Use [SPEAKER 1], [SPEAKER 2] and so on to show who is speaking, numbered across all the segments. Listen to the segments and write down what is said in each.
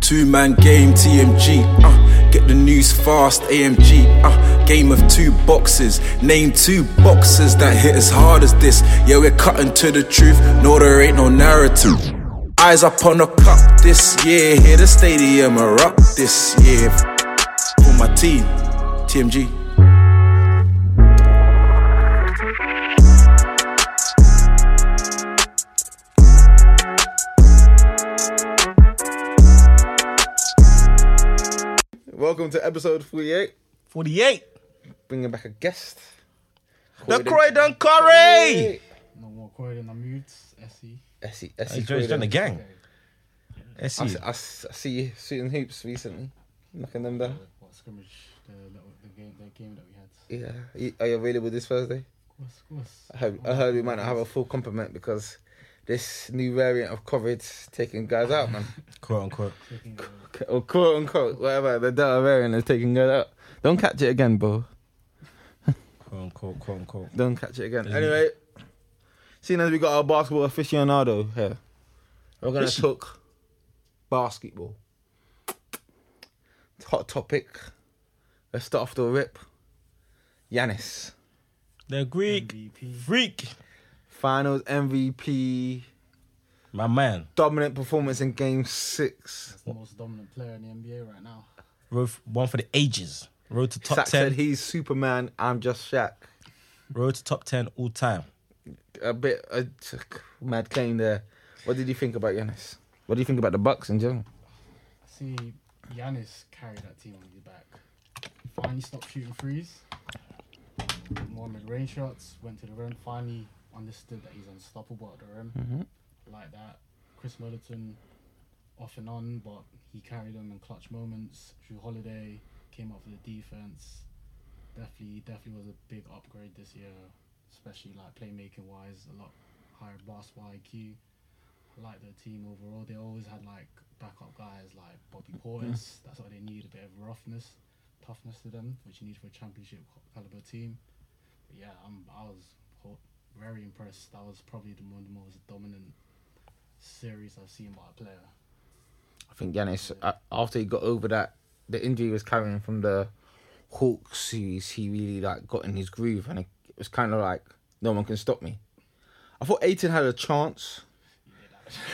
[SPEAKER 1] Two man game, TMG. Uh, get the news fast, AMG. Uh, game of two boxes. Name two boxes that hit as hard as this. Yeah, we're cutting to the truth. No, there ain't no narrative. Eyes up on the cup this year. Hear the stadium erupt this year. For my team, TMG.
[SPEAKER 2] Welcome to episode 48.
[SPEAKER 3] 48.
[SPEAKER 2] Bringing back a guest.
[SPEAKER 3] The Croydon Curry.
[SPEAKER 4] No more Croydon, I'm mute. SE.
[SPEAKER 2] Essie,
[SPEAKER 3] He
[SPEAKER 2] Essie
[SPEAKER 3] joined joined the gang.
[SPEAKER 2] I,
[SPEAKER 3] SE.
[SPEAKER 2] s- I s- I see you shooting hoops recently. Knocking them down.
[SPEAKER 4] What scrimmage? The, that, was- the game, that game that we had.
[SPEAKER 2] Yeah. You- Are you available this Thursday?
[SPEAKER 4] What's, what's?
[SPEAKER 2] I heard, I heard we might not have a full complement because this new variant of COVID's taking guys out, man.
[SPEAKER 3] Quote unquote.
[SPEAKER 4] Taking, uh,
[SPEAKER 2] or quote unquote, whatever. The Delta variant is taking guys out. Don't catch it again, bro.
[SPEAKER 3] Quote unquote. Quote unquote.
[SPEAKER 2] Don't catch it again. Anyway, seeing as we got our basketball aficionado here, we're gonna
[SPEAKER 3] Fishy.
[SPEAKER 2] talk basketball. It's a hot topic. Let's start off the rip. Yanis,
[SPEAKER 3] The Greek
[SPEAKER 4] MVP.
[SPEAKER 3] freak.
[SPEAKER 2] Finals MVP,
[SPEAKER 3] My man.
[SPEAKER 2] dominant performance in Game Six.
[SPEAKER 4] That's the most dominant player in the NBA right now.
[SPEAKER 3] Road f- one for the ages. Road to top
[SPEAKER 2] Shaq said
[SPEAKER 3] ten.
[SPEAKER 2] he's Superman. I'm just Shaq.
[SPEAKER 3] Road to top ten all time.
[SPEAKER 2] A bit a mad claim there. What did you think about Yanis? What do you think about the Bucks in general?
[SPEAKER 4] See, Giannis carried that team on his back. Finally stopped shooting threes. More mid-range shots. Went to the rim. Finally understood that he's unstoppable at the rim. Like that. Chris Middleton, off and on, but he carried them in clutch moments. Drew Holiday came up for the defense. Definitely, definitely was a big upgrade this year, especially like playmaking wise. A lot higher basketball IQ. I like their team overall. They always had like backup guys like Bobby
[SPEAKER 2] Mm.
[SPEAKER 4] Portis. That's what they need a bit of roughness, toughness to them, which you need for a championship caliber team. But yeah, I'm, I was ho- very impressed. That was probably the, one of the most dominant series I've seen by a player.
[SPEAKER 2] I think Yanis, uh, after he got over that, the injury he was carrying from the Hawks series, he really like got in his groove, and it was kind of like no one can stop me. I thought Aiton had a chance.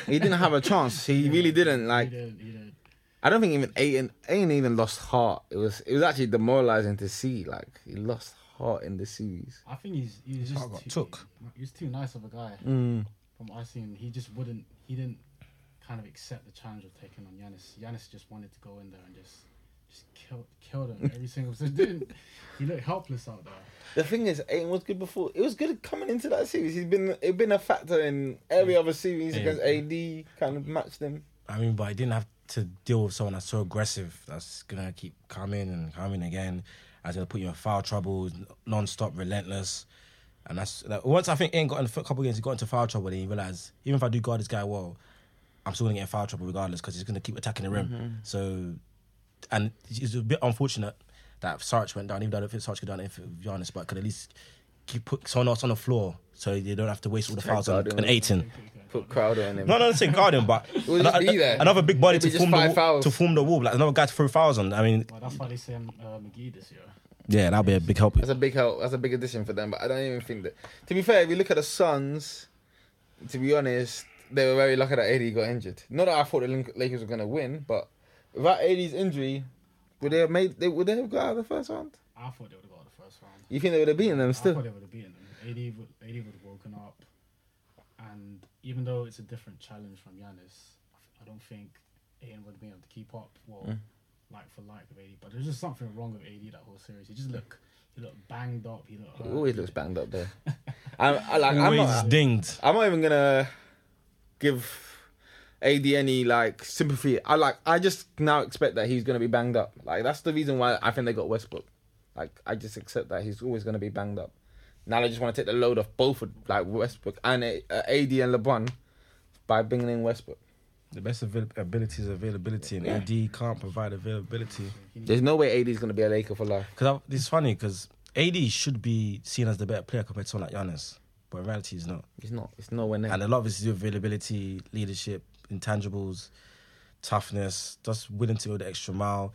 [SPEAKER 2] He didn't have a chance. He really didn't. Like
[SPEAKER 4] he did, he did.
[SPEAKER 2] I don't think even Aiton, Aiton even lost heart. It was it was actually demoralizing to see. Like he lost heart in the series.
[SPEAKER 4] I think he's he was
[SPEAKER 3] heart got
[SPEAKER 4] just too,
[SPEAKER 3] took. Mm.
[SPEAKER 4] He was too nice of a guy. From what I've seen, he just wouldn't. He didn't kind of accept the challenge of taking on Yanis. Yanis just wanted to go in there and just just kill kill them every single. So didn't he looked helpless out there?
[SPEAKER 2] The thing is, Aiton was good before. It was good coming into that series. He's been it been a factor in every other series
[SPEAKER 3] Yeah.
[SPEAKER 2] against AD. Kind of matched them.
[SPEAKER 3] I mean, but I didn't have to deal with someone that's so aggressive. That's gonna keep coming and coming again. That's gonna put you in foul trouble, non-stop, relentless. And that's that, once I think Ian got in a couple of games, he got into foul trouble. Then he realized even if I do guard this guy well, I'm still gonna get in foul trouble regardless because he's gonna keep attacking the rim. So, and it's a bit unfortunate that Sarge went down. Even though I don't think Sarge could down if it was Giannis, but could at least keep put someone else on the floor so they don't have to waste all the fouls on
[SPEAKER 2] guarding.
[SPEAKER 3] on Aiton.
[SPEAKER 2] Put Crowder in him.
[SPEAKER 3] No, no, saying guarding, but
[SPEAKER 2] will just
[SPEAKER 3] ano-
[SPEAKER 2] be there.
[SPEAKER 3] another big body
[SPEAKER 2] It'll
[SPEAKER 3] to
[SPEAKER 2] be
[SPEAKER 3] form,
[SPEAKER 2] just
[SPEAKER 3] the
[SPEAKER 2] five
[SPEAKER 3] wall,
[SPEAKER 2] fouls.
[SPEAKER 3] to form the wall, like another guy to throw fouls on. I mean,
[SPEAKER 4] Well, that's why they say uh, McGee this year.
[SPEAKER 3] yeah, that'll be a big help.
[SPEAKER 2] That's a big help. That's a big addition for them. But I don't even think that. To be fair, if you look at the Suns, to be honest, they were very lucky that AD got injured. Not that I thought the Lin- Lakers were gonna win, but without AD's injury, would they have made? They, would they have got out of the first round?
[SPEAKER 4] I thought they would have got the first round.
[SPEAKER 2] You think they would have beaten them
[SPEAKER 4] I thought
[SPEAKER 2] still?
[SPEAKER 4] they would have beaten them. AD would, AD would have woken up, and even though it's a different challenge from Giannis, I don't think Aiden would have been able to keep up. Well,
[SPEAKER 2] Mm.
[SPEAKER 4] like for like with AD, but there's just something wrong with AD that whole series. He just look, he looked banged up. He looked.
[SPEAKER 2] He
[SPEAKER 4] hurt.
[SPEAKER 2] always looks banged up there. I'm, I, like, I'm,
[SPEAKER 3] Always
[SPEAKER 2] not,
[SPEAKER 3] dinged.
[SPEAKER 2] I'm not even gonna give AD any like sympathy. I like. I just now expect that he's gonna be banged up. Like that's the reason why I think they got Westbrook. Like I just accept that he's always gonna be banged up. Now they just want to take the load off both of like Westbrook and uh, AD and LeBron by bringing in Westbrook.
[SPEAKER 3] The best avail- ability is availability, and AD can't provide availability.
[SPEAKER 2] There's no way AD is gonna be a Laker for life.
[SPEAKER 3] Because it's funny because AD should be seen as the better player compared to someone like Giannis, but in reality, he's not.
[SPEAKER 2] He's not. It's nowhere near.
[SPEAKER 3] And a lot of it's to do with availability, leadership, intangibles. toughness, just willing to go the extra mile.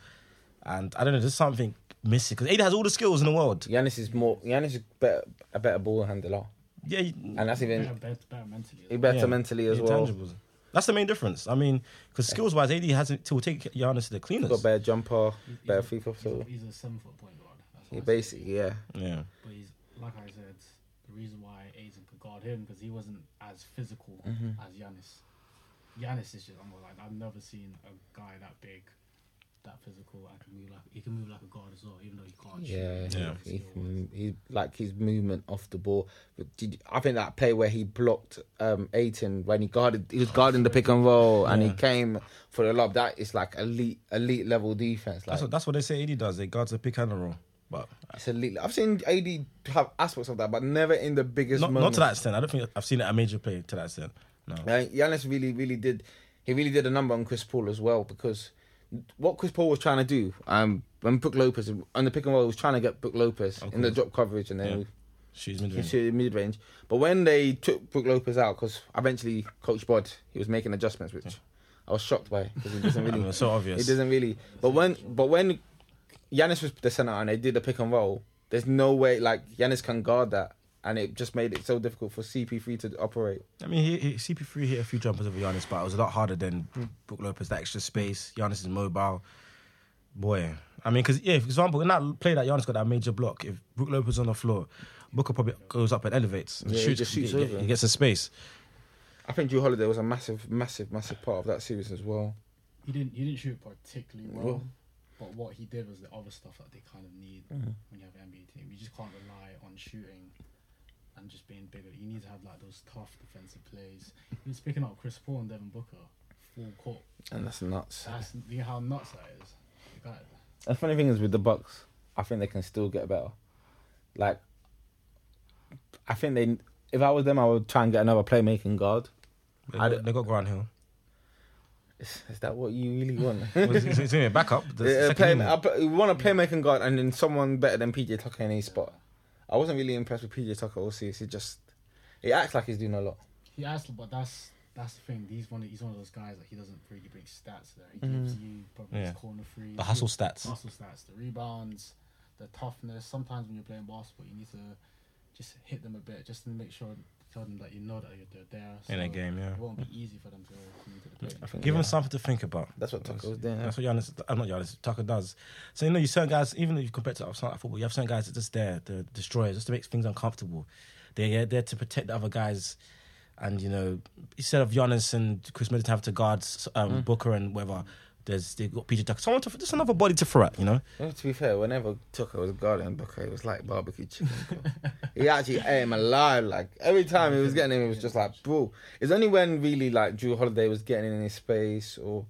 [SPEAKER 3] And I don't know, there's something missing because Ada has all the skills in the world.
[SPEAKER 2] Yanis is more. Yanis is better, a better ball handler,
[SPEAKER 3] Yeah, he-
[SPEAKER 2] and that's
[SPEAKER 4] Better,
[SPEAKER 2] even
[SPEAKER 4] better, better mentally.
[SPEAKER 2] he better
[SPEAKER 3] yeah,
[SPEAKER 2] mentally as
[SPEAKER 3] yeah,
[SPEAKER 2] well.
[SPEAKER 3] tangibles. That's the main difference. I mean, because skills wise, AD hasn't to take Giannis to the cleaners.
[SPEAKER 2] Got better jumper,
[SPEAKER 4] He's- he's
[SPEAKER 2] better
[SPEAKER 4] a-
[SPEAKER 2] free throw.
[SPEAKER 4] he's a-
[SPEAKER 2] So
[SPEAKER 4] He's a seven foot point guard. That's
[SPEAKER 2] he
[SPEAKER 4] what I say.
[SPEAKER 2] basically, yeah,
[SPEAKER 3] Yeah,
[SPEAKER 4] But he's like I said, the reason why Aizen could guard him because he wasn't as physical
[SPEAKER 2] Mm-hmm.
[SPEAKER 4] as Giannis. Giannis is just I'm like I've never seen a guy that big, that physical. I can move like he can move like a guard as well, even though he can't.
[SPEAKER 2] yeah,
[SPEAKER 4] shoot.
[SPEAKER 3] Yeah.
[SPEAKER 2] He, he like his movement off the ball. But did, I think that play where he blocked um Aiton when he guarded, he was guarding the pick and roll, and he came for the lob. That is like elite, elite level defense. Like
[SPEAKER 3] that's what that's what they say. AD does. They guards the pick and the roll, but
[SPEAKER 2] it's elite. I've seen AD have aspects of that, but never in the biggest
[SPEAKER 3] not, not
[SPEAKER 2] moments.
[SPEAKER 3] to that extent. I don't think I've seen it a major play to that extent. No.
[SPEAKER 2] Uh, Giannis really, really did. He really did a number on Chris Paul as well because what Chris Paul was trying to do, um, when Brook Lopez on the pick and roll was trying to get Brook Lopez in the drop coverage and then
[SPEAKER 3] She's mid
[SPEAKER 2] he shoot the mid range. But when they took Brook Lopez out, because eventually Coach Bod he was making adjustments, which I was shocked by because he doesn't really.
[SPEAKER 3] It's so obvious.
[SPEAKER 2] It doesn't really. But when but when Yanis was the center and they did the pick and roll, there's no way like Yanis can guard that, and it just made it so difficult for CP3 to operate.
[SPEAKER 3] I mean, he, he, CP3 hit a few jumpers over Giannis, but it was a lot harder than Brook Lopez. That extra space, Giannis is mobile. Boy, I mean, because yeah, for example, in that play that Giannis got that major block, if Brook Lopez on the floor, Booker probably goes up and elevates. And
[SPEAKER 2] Yeah, he
[SPEAKER 3] shoots,
[SPEAKER 2] just shoots
[SPEAKER 3] he,
[SPEAKER 2] over.
[SPEAKER 3] he gets a space.
[SPEAKER 2] I think Drew Holiday was a massive, massive, massive part of that series as well.
[SPEAKER 4] He didn't he didn't shoot particularly well,
[SPEAKER 2] Well-
[SPEAKER 4] but what he did was the other stuff that they kind of need
[SPEAKER 2] Mm-hmm.
[SPEAKER 4] when you have an NBA team. You just can't rely on shooting and just being bigger. You need to have like those tough defensive plays. He was picking up Chris Paul and Devin Booker full court.
[SPEAKER 2] And that's nuts.
[SPEAKER 4] That's you know how nuts that is. The guy-
[SPEAKER 2] The funny thing is with the Bucks, I think they can still get better. Like, I think they. If I was them, I would try and get another playmaking guard.
[SPEAKER 3] They
[SPEAKER 2] I
[SPEAKER 3] got, they got Grant Hill.
[SPEAKER 2] Is, is that what you really want?
[SPEAKER 3] It was- it's- it's only a backup. The
[SPEAKER 2] Yeah, a
[SPEAKER 3] second
[SPEAKER 2] play,
[SPEAKER 3] unit.
[SPEAKER 2] I, put- we want a playmaking guard and then someone better than PJ Tucker in his spot. I wasn't really impressed with PJ Tucker all series. He E, just he acts like he's doing a lot.
[SPEAKER 4] He asked, but that's that's the thing. He's one. Of, he's one of those guys that he doesn't really bring stats there. He gives you probably
[SPEAKER 3] Mm-hmm. Yeah.
[SPEAKER 4] his corner free,
[SPEAKER 3] the hustle stats.
[SPEAKER 4] hustle stats, the rebounds, the toughness. Sometimes when you're playing basketball, you need to just hit them a bit, just to make sure, tell them that you know that you're, they're there.
[SPEAKER 3] In a game, yeah.
[SPEAKER 4] It won't be easy for them to come into the
[SPEAKER 2] I
[SPEAKER 4] play.
[SPEAKER 2] think,
[SPEAKER 3] Give
[SPEAKER 2] yeah,
[SPEAKER 3] him something to think about.
[SPEAKER 2] That's what Tucker was doing.
[SPEAKER 3] That's what Giannis, I'm not Giannis, Tucker does. So, you know, you certain guys, even if you compare to outside football, you have certain guys that just there, they're destroyers, just to make things uncomfortable. They're there to protect the other guys. And, you know, instead of Giannis and Chris Middleton have to guard um, Booker and whatever, there's they got PJ Tucker. Someone to, just another body to throw at, you know?
[SPEAKER 2] Well, to be fair, whenever Tucker was guarding Booker, it was like barbecue chicken. bro. he actually ate him alive. Like every time he was getting him, it was just like, bro. It's only when really like Drew Holiday was getting in his space or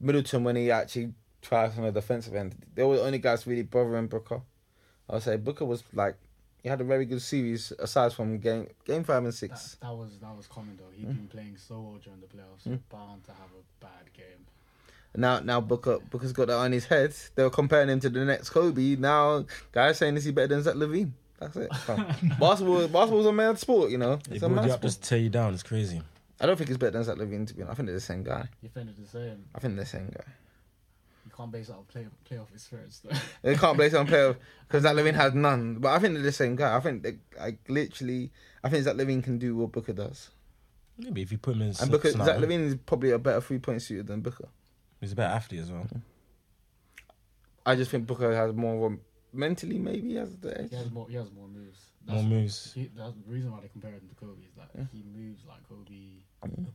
[SPEAKER 2] Middleton when he actually tries on the defensive end. They were the only guys really bothering Booker. I would say Booker was like he had a very good series aside from game game five and
[SPEAKER 4] That,
[SPEAKER 2] six.
[SPEAKER 4] that was that was common though. He'd
[SPEAKER 3] Mm.
[SPEAKER 4] been playing so well during the playoffs. You're bound to have a bad game.
[SPEAKER 2] Now now Booker Booker's got that on his head. They were comparing him to the next Kobe. Now guys saying is he better than Zach Levine? That's it. fam. basketball basketball's a mad sport, you know.
[SPEAKER 3] They
[SPEAKER 2] It's a
[SPEAKER 3] build
[SPEAKER 2] mad
[SPEAKER 3] you up,
[SPEAKER 2] sport.
[SPEAKER 3] just tear you down. It's crazy.
[SPEAKER 2] I don't think he's better than Zach Levine to be honest. I think they're the same guy.
[SPEAKER 4] You offended the same.
[SPEAKER 2] I think they're the same guy.
[SPEAKER 4] You can't base it on play, playoff experience though.
[SPEAKER 2] They can't play some player because Zach Levine has none. But I think they're the same guy. I think they like literally I think Zach Levine can do what Booker does.
[SPEAKER 3] Maybe if you put him in.
[SPEAKER 2] And Booker Zach Levine is probably a better three point shooter than Booker.
[SPEAKER 3] He's a better athlete as well.
[SPEAKER 2] I just think Booker has more of a mentally maybe has the edge.
[SPEAKER 4] he has more. He has more moves.
[SPEAKER 3] More
[SPEAKER 4] That's
[SPEAKER 3] moves.
[SPEAKER 4] He, that's the reason why they compare him to Kobe is that he moves like Kobe,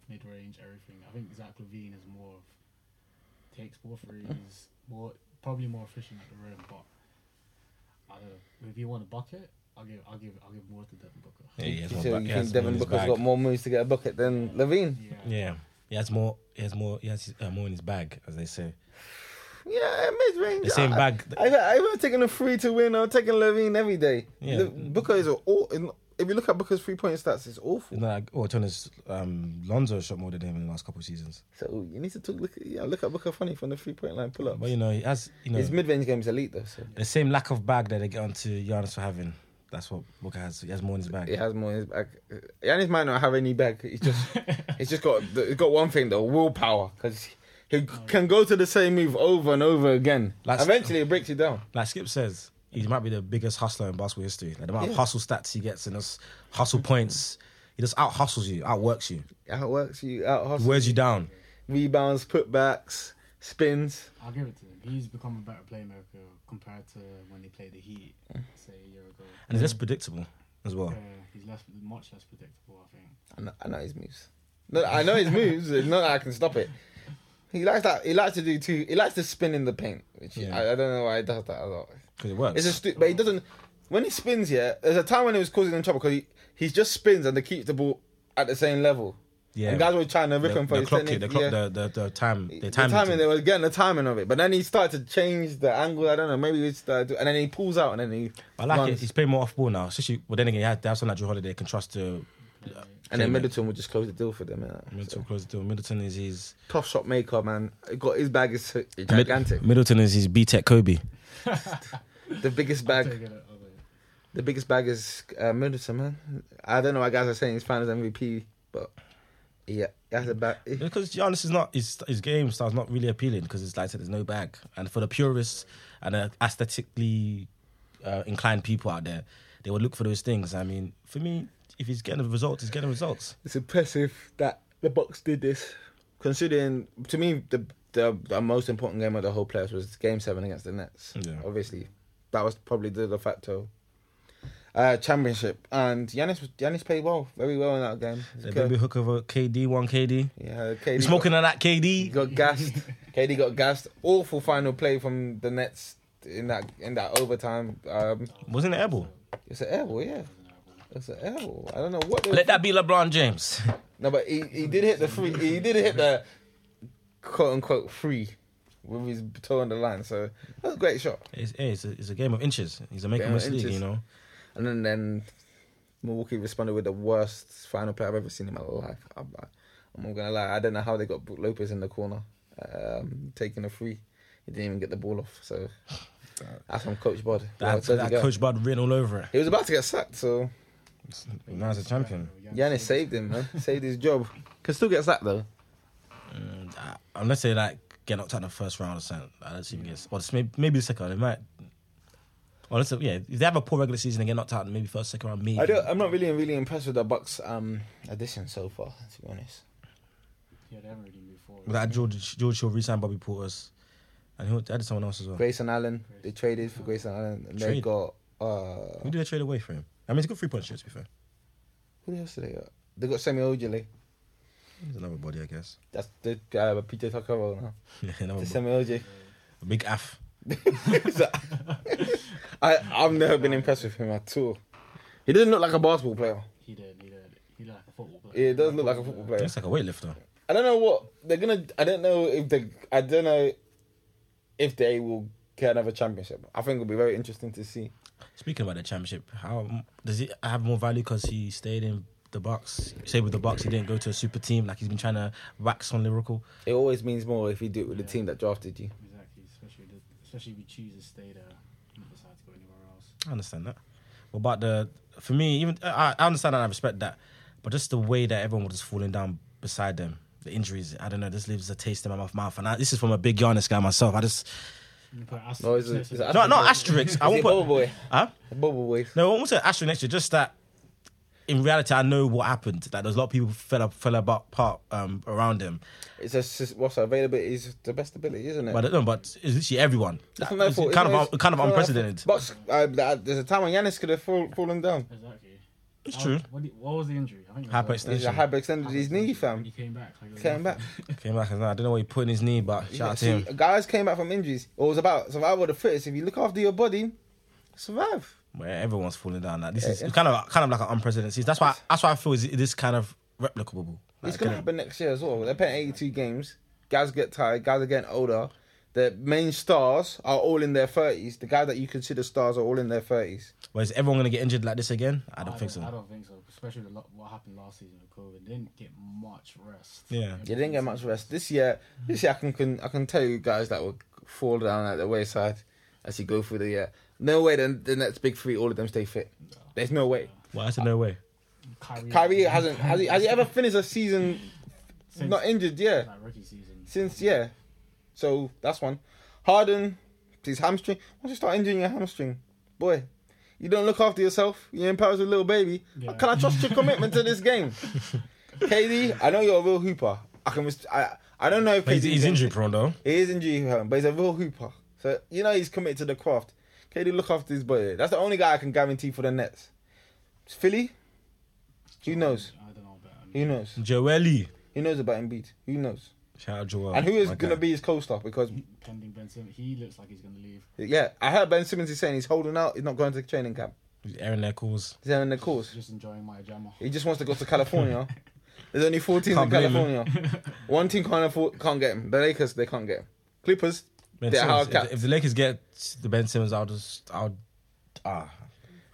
[SPEAKER 4] mid range, everything. I think Zach Levine is more of takes more threes, more probably more efficient at the rim. But I don't know if you want a bucket, I'll give I'll give I'll give more to Devin Booker.
[SPEAKER 3] Yeah, he has more
[SPEAKER 2] So
[SPEAKER 3] back-
[SPEAKER 2] you
[SPEAKER 3] he
[SPEAKER 2] think
[SPEAKER 3] has more in
[SPEAKER 2] Devin
[SPEAKER 3] his
[SPEAKER 2] Booker's
[SPEAKER 3] bag.
[SPEAKER 2] got more moves to get a bucket than Levine?
[SPEAKER 4] Yeah,
[SPEAKER 3] Yeah, he has more. He has more. He has uh, more in his bag, as they say.
[SPEAKER 2] Yeah, mid range.
[SPEAKER 3] The same bag.
[SPEAKER 2] I, I, I've taken a three to win. I'm taking Levine every day.
[SPEAKER 3] Yeah.
[SPEAKER 2] Le- Booker is all. If you look at Booker's three point stats, it's awful.
[SPEAKER 3] You know, like, oh, Tony's um, Lonzo shot more than him in the last couple of seasons.
[SPEAKER 2] So you need to talk, look. At, yeah, look at Booker funny from the three point line pull up.
[SPEAKER 3] But you know, he has you know
[SPEAKER 2] His mid range game is elite though. So
[SPEAKER 3] the same lack of bag that they get onto Giannis for having. That's what Booker has. He has more in his bag.
[SPEAKER 2] he has more in his bag. Giannis might not have any bag. He's just he's just got he's got one thing though, willpower. Because He c- can go to the same move over and over again.
[SPEAKER 3] Like-
[SPEAKER 2] Eventually, it breaks you down.
[SPEAKER 3] Like Skip says, he might be the biggest hustler in basketball history. Like the amount of hustle stats he gets and those hustle points, he just out hustles you, outworks you,
[SPEAKER 2] Outworks you, out hustles,
[SPEAKER 3] wears you down.
[SPEAKER 2] rebounds, putbacks, spins.
[SPEAKER 4] I'll give it to him. He's become a better playmaker compared to when he played the Heat, say a year ago.
[SPEAKER 3] And
[SPEAKER 2] Mm.
[SPEAKER 3] he's less predictable as well.
[SPEAKER 4] Uh, he's less, much less predictable, I think.
[SPEAKER 2] I know, I know his moves. No, I know his moves. It's not that I can stop it. He likes that. He likes to do too. He likes to spin in the paint, which
[SPEAKER 3] Yeah.
[SPEAKER 2] I, I don't know why he does that a lot.
[SPEAKER 3] Because it works.
[SPEAKER 2] It's a stu- but he doesn't. When he spins, yeah, there's a time when it was causing him trouble because he, he just spins and they keep the ball at the same level.
[SPEAKER 3] yeah.
[SPEAKER 2] And guys were trying to
[SPEAKER 3] they,
[SPEAKER 2] rip him for
[SPEAKER 3] they
[SPEAKER 2] his
[SPEAKER 3] clocked it.
[SPEAKER 2] technique,
[SPEAKER 3] They clocked
[SPEAKER 2] yeah.
[SPEAKER 3] the, the, the time. They
[SPEAKER 2] the
[SPEAKER 3] timed
[SPEAKER 2] timing,
[SPEAKER 3] it.
[SPEAKER 2] they were getting the timing of it, but then he started to change the angle. I don't know, maybe it's the, and then he pulls out and then he
[SPEAKER 3] I like it.
[SPEAKER 2] runs.
[SPEAKER 3] He's playing more off ball now. Especially, well, then again, you have to have someone like Drew Holiday can trust
[SPEAKER 2] and
[SPEAKER 3] to
[SPEAKER 2] then
[SPEAKER 3] Same, yeah.
[SPEAKER 2] Middleton would just close the deal for them. innit?
[SPEAKER 3] Middleton
[SPEAKER 2] So,
[SPEAKER 3] close the deal. Middleton is his
[SPEAKER 2] tough shot maker, man. He Got his bag is gigantic,
[SPEAKER 3] Mid- Middleton is his B Tech Kobe.
[SPEAKER 2] the biggest
[SPEAKER 4] I'll
[SPEAKER 2] bag.
[SPEAKER 4] take it at other.
[SPEAKER 2] The biggest bag is uh, Middleton, man. I don't know why guys are saying he's finals MVP, but yeah, that's a bag.
[SPEAKER 3] Because Giannis is not his his game style's not really appealing because it's like I said, there's no bag. And for the purists and the aesthetically uh, inclined people out there, they would look for those things. I mean, for me, if he's getting the results, he's getting results.
[SPEAKER 2] It's impressive that the Bucks did this, considering to me the the, the most important game of the whole playoffs was Game Seven against the Nets.
[SPEAKER 3] Yeah.
[SPEAKER 2] Obviously, that was probably the de facto uh, championship. And Giannis Giannis played well, very well in that game.
[SPEAKER 3] The baby hook over KD, one KD.
[SPEAKER 2] Yeah,
[SPEAKER 3] You
[SPEAKER 2] KD
[SPEAKER 3] smoking on that
[SPEAKER 2] Got,
[SPEAKER 3] KD?
[SPEAKER 2] got gassed. KD got gassed. Awful final play from the Nets in that in that overtime. Um,
[SPEAKER 3] Wasn't it Ebel?
[SPEAKER 2] it's an L, yeah. It's an L. I don't know what. they were
[SPEAKER 3] Let that be LeBron James.
[SPEAKER 2] No, but he, he did hit the free. He did hit the quote unquote free with his toe on the line. So that was a great shot.
[SPEAKER 3] It's, hey, it's, a, it's a game of inches. He's a make or
[SPEAKER 2] Game of
[SPEAKER 3] miss league,
[SPEAKER 2] inches.
[SPEAKER 3] you know.
[SPEAKER 2] And then, then Milwaukee responded with the worst final play I've ever seen in my life. I'm, like- I'm not gonna lie. I don't know how they got Brook Lopez in the corner um, taking a free. He didn't even get the ball off. So that's from Coach Bud. Wow,
[SPEAKER 3] That,
[SPEAKER 2] dirty
[SPEAKER 3] that
[SPEAKER 2] guy.
[SPEAKER 3] Coach Bud written all over it.
[SPEAKER 2] He was about to get sacked, so
[SPEAKER 3] Now he's a champion.
[SPEAKER 2] Giannis saved him, man. saved his job. Can still get sacked though.
[SPEAKER 3] Mm, uh, unless they like get knocked out in the first round or something. I don't see him get. Or maybe, maybe the second. They might. Or let's yeah, if they have a poor regular season and get knocked out, maybe first second round. Maybe
[SPEAKER 2] I don't, I'm not really really impressed with the Bucks um, addition so far, to be honest.
[SPEAKER 4] Yeah, they haven't really moved forward.
[SPEAKER 3] Without George, George Shaw resign Bobby Porter's, and who added someone else as well.
[SPEAKER 2] Grayson Allen, they traded for Grayson Allen, and they
[SPEAKER 3] Trade.
[SPEAKER 2] got
[SPEAKER 3] Who
[SPEAKER 2] uh,
[SPEAKER 3] did they trade away for him? I mean, it's a good three point shot to be fair.
[SPEAKER 2] who else did they got? They got Sammy Ojale.
[SPEAKER 3] He's another body, I guess.
[SPEAKER 2] That's the uh, PJ Tucker role now.
[SPEAKER 3] Yeah, another
[SPEAKER 2] The
[SPEAKER 3] body.
[SPEAKER 2] Sammy Oje.
[SPEAKER 3] A big af.
[SPEAKER 2] I I've never been impressed with him at all. He doesn't look like a basketball player.
[SPEAKER 4] He did, he did. He looked like a football player.
[SPEAKER 2] He does look like a football player.
[SPEAKER 3] Looks like a weightlifter.
[SPEAKER 2] I don't know what they're gonna. I don't know if they. I don't know if they will get another championship. I think it'll be very interesting to see.
[SPEAKER 3] Speaking about the championship, how does it have more value because he stayed in the Bucks? Stayed with the Bucks. He didn't go to a super team like he's been trying to wax on lyrical.
[SPEAKER 2] It always means more if you do it with the team that drafted you.
[SPEAKER 4] Exactly, especially, the, especially if you choose to stay there and not decide to go anywhere else.
[SPEAKER 3] I understand that. What about the? For me, even I, I understand and I respect that, but just the way that everyone was just falling down beside them, the injuries. I don't know. This leaves a taste in my mouth, and I, this is from a big Giannis guy myself. I just
[SPEAKER 4] You put Aston-
[SPEAKER 2] No, it's a- it's a-
[SPEAKER 3] no, not asterisks. I
[SPEAKER 2] Is
[SPEAKER 3] won't
[SPEAKER 2] it Bubble
[SPEAKER 3] put.
[SPEAKER 2] Boy?
[SPEAKER 3] Huh?
[SPEAKER 2] Bubble Boy.
[SPEAKER 3] No, I won't say asterisk next year. Just that. In reality, I know what happened. That there's a lot of people fell up, fell about, part um, around him.
[SPEAKER 2] It's just what's availability is the best ability, isn't it?
[SPEAKER 3] But no, but it's literally everyone.
[SPEAKER 2] It's not their
[SPEAKER 3] It's
[SPEAKER 2] fault,
[SPEAKER 3] kind
[SPEAKER 2] it's
[SPEAKER 3] of
[SPEAKER 2] not-
[SPEAKER 3] kind of
[SPEAKER 2] it's not their
[SPEAKER 3] unprecedented.
[SPEAKER 2] fault. But uh, th- there's a time when Yanis could have fall, fallen down.
[SPEAKER 4] Exactly.
[SPEAKER 3] It's
[SPEAKER 4] How-
[SPEAKER 3] true.
[SPEAKER 4] What, did- what was the injury? I think it was
[SPEAKER 3] Hyper
[SPEAKER 4] a-
[SPEAKER 2] He
[SPEAKER 3] extension.
[SPEAKER 2] hyperextended his knee,
[SPEAKER 4] He
[SPEAKER 2] fam.
[SPEAKER 4] came back. Like, it was
[SPEAKER 2] Came back.
[SPEAKER 4] nothing.
[SPEAKER 3] Came back and I don't know what he put in his knee, but shout out to
[SPEAKER 2] See,
[SPEAKER 3] him.
[SPEAKER 2] guys came back from injuries. It was about survival of the fittest. If you look after your body, survive.
[SPEAKER 3] where everyone's falling down. Like this is
[SPEAKER 2] yeah.
[SPEAKER 3] kind of kind of like an unprecedented. season. That's why that's why I feel is it is kind of replicable. Like,
[SPEAKER 2] it's gonna happen next year as well. They're playing 82 games. Guys get tired. Guys are getting older. The main stars are all in their 30s. The guys that you consider stars are all in their 30s.
[SPEAKER 3] But is everyone gonna get injured like this again? I don't think
[SPEAKER 4] I
[SPEAKER 3] so.
[SPEAKER 4] don't think so. Especially with lo- what happened last season with COVID. They didn't get much rest.
[SPEAKER 3] Yeah.
[SPEAKER 2] You didn't get much rest this year. This year, I can, can I can tell you guys that will fall down at the wayside as you go through the year. No way. The, the next big three, all of them stay fit. There's no way.
[SPEAKER 3] Well, I said no way.
[SPEAKER 4] Kyrie,
[SPEAKER 2] Kyrie hasn't has he, has he ever finished a season
[SPEAKER 4] Since-
[SPEAKER 2] not injured? Yeah,
[SPEAKER 4] Like rookie season.
[SPEAKER 2] since yeah. So that's one. Harden, his hamstring. Once you start injuring your hamstring, boy, you don't look after yourself. You're in Paris with a little baby.
[SPEAKER 4] Yeah.
[SPEAKER 2] Can I trust your commitment to this game? KD, I know you're a real hooper. I can. Rest- I I don't know if
[SPEAKER 3] But he's,
[SPEAKER 2] KD
[SPEAKER 3] he's
[SPEAKER 2] can-
[SPEAKER 3] injury prone though.
[SPEAKER 2] He is injury prone, but he's a real hooper. So you know he's committed to the craft. KD, look after his body. That's the only guy I can guarantee for the Nets. Philly, who knows?
[SPEAKER 4] I don't know um, about him.
[SPEAKER 2] Who knows?
[SPEAKER 3] Joely.
[SPEAKER 2] Who knows about Embiid? Who knows?
[SPEAKER 3] Shout out Joel.
[SPEAKER 2] and who is
[SPEAKER 3] my
[SPEAKER 2] going to
[SPEAKER 3] guy.
[SPEAKER 2] be his co-star? Because
[SPEAKER 4] Pending Benson, he looks like he's gonna leave.
[SPEAKER 2] yeah, I heard Ben Simmons is saying he's holding out. He's not going to training camp.
[SPEAKER 3] Aaron Eccles?
[SPEAKER 2] He's having the course.
[SPEAKER 4] Just enjoying my jammer.
[SPEAKER 2] He just wants to go to California. There's only four teams
[SPEAKER 3] Can't
[SPEAKER 2] in
[SPEAKER 3] blame him.
[SPEAKER 2] California. One team can't afford, can't get him. The Lakers, they can't get him. Clippers,
[SPEAKER 3] Ben
[SPEAKER 2] They're
[SPEAKER 3] Simmons.
[SPEAKER 2] hard
[SPEAKER 3] If,
[SPEAKER 2] capped.
[SPEAKER 3] if the Lakers get the Ben Simmons, I'll just I'll ah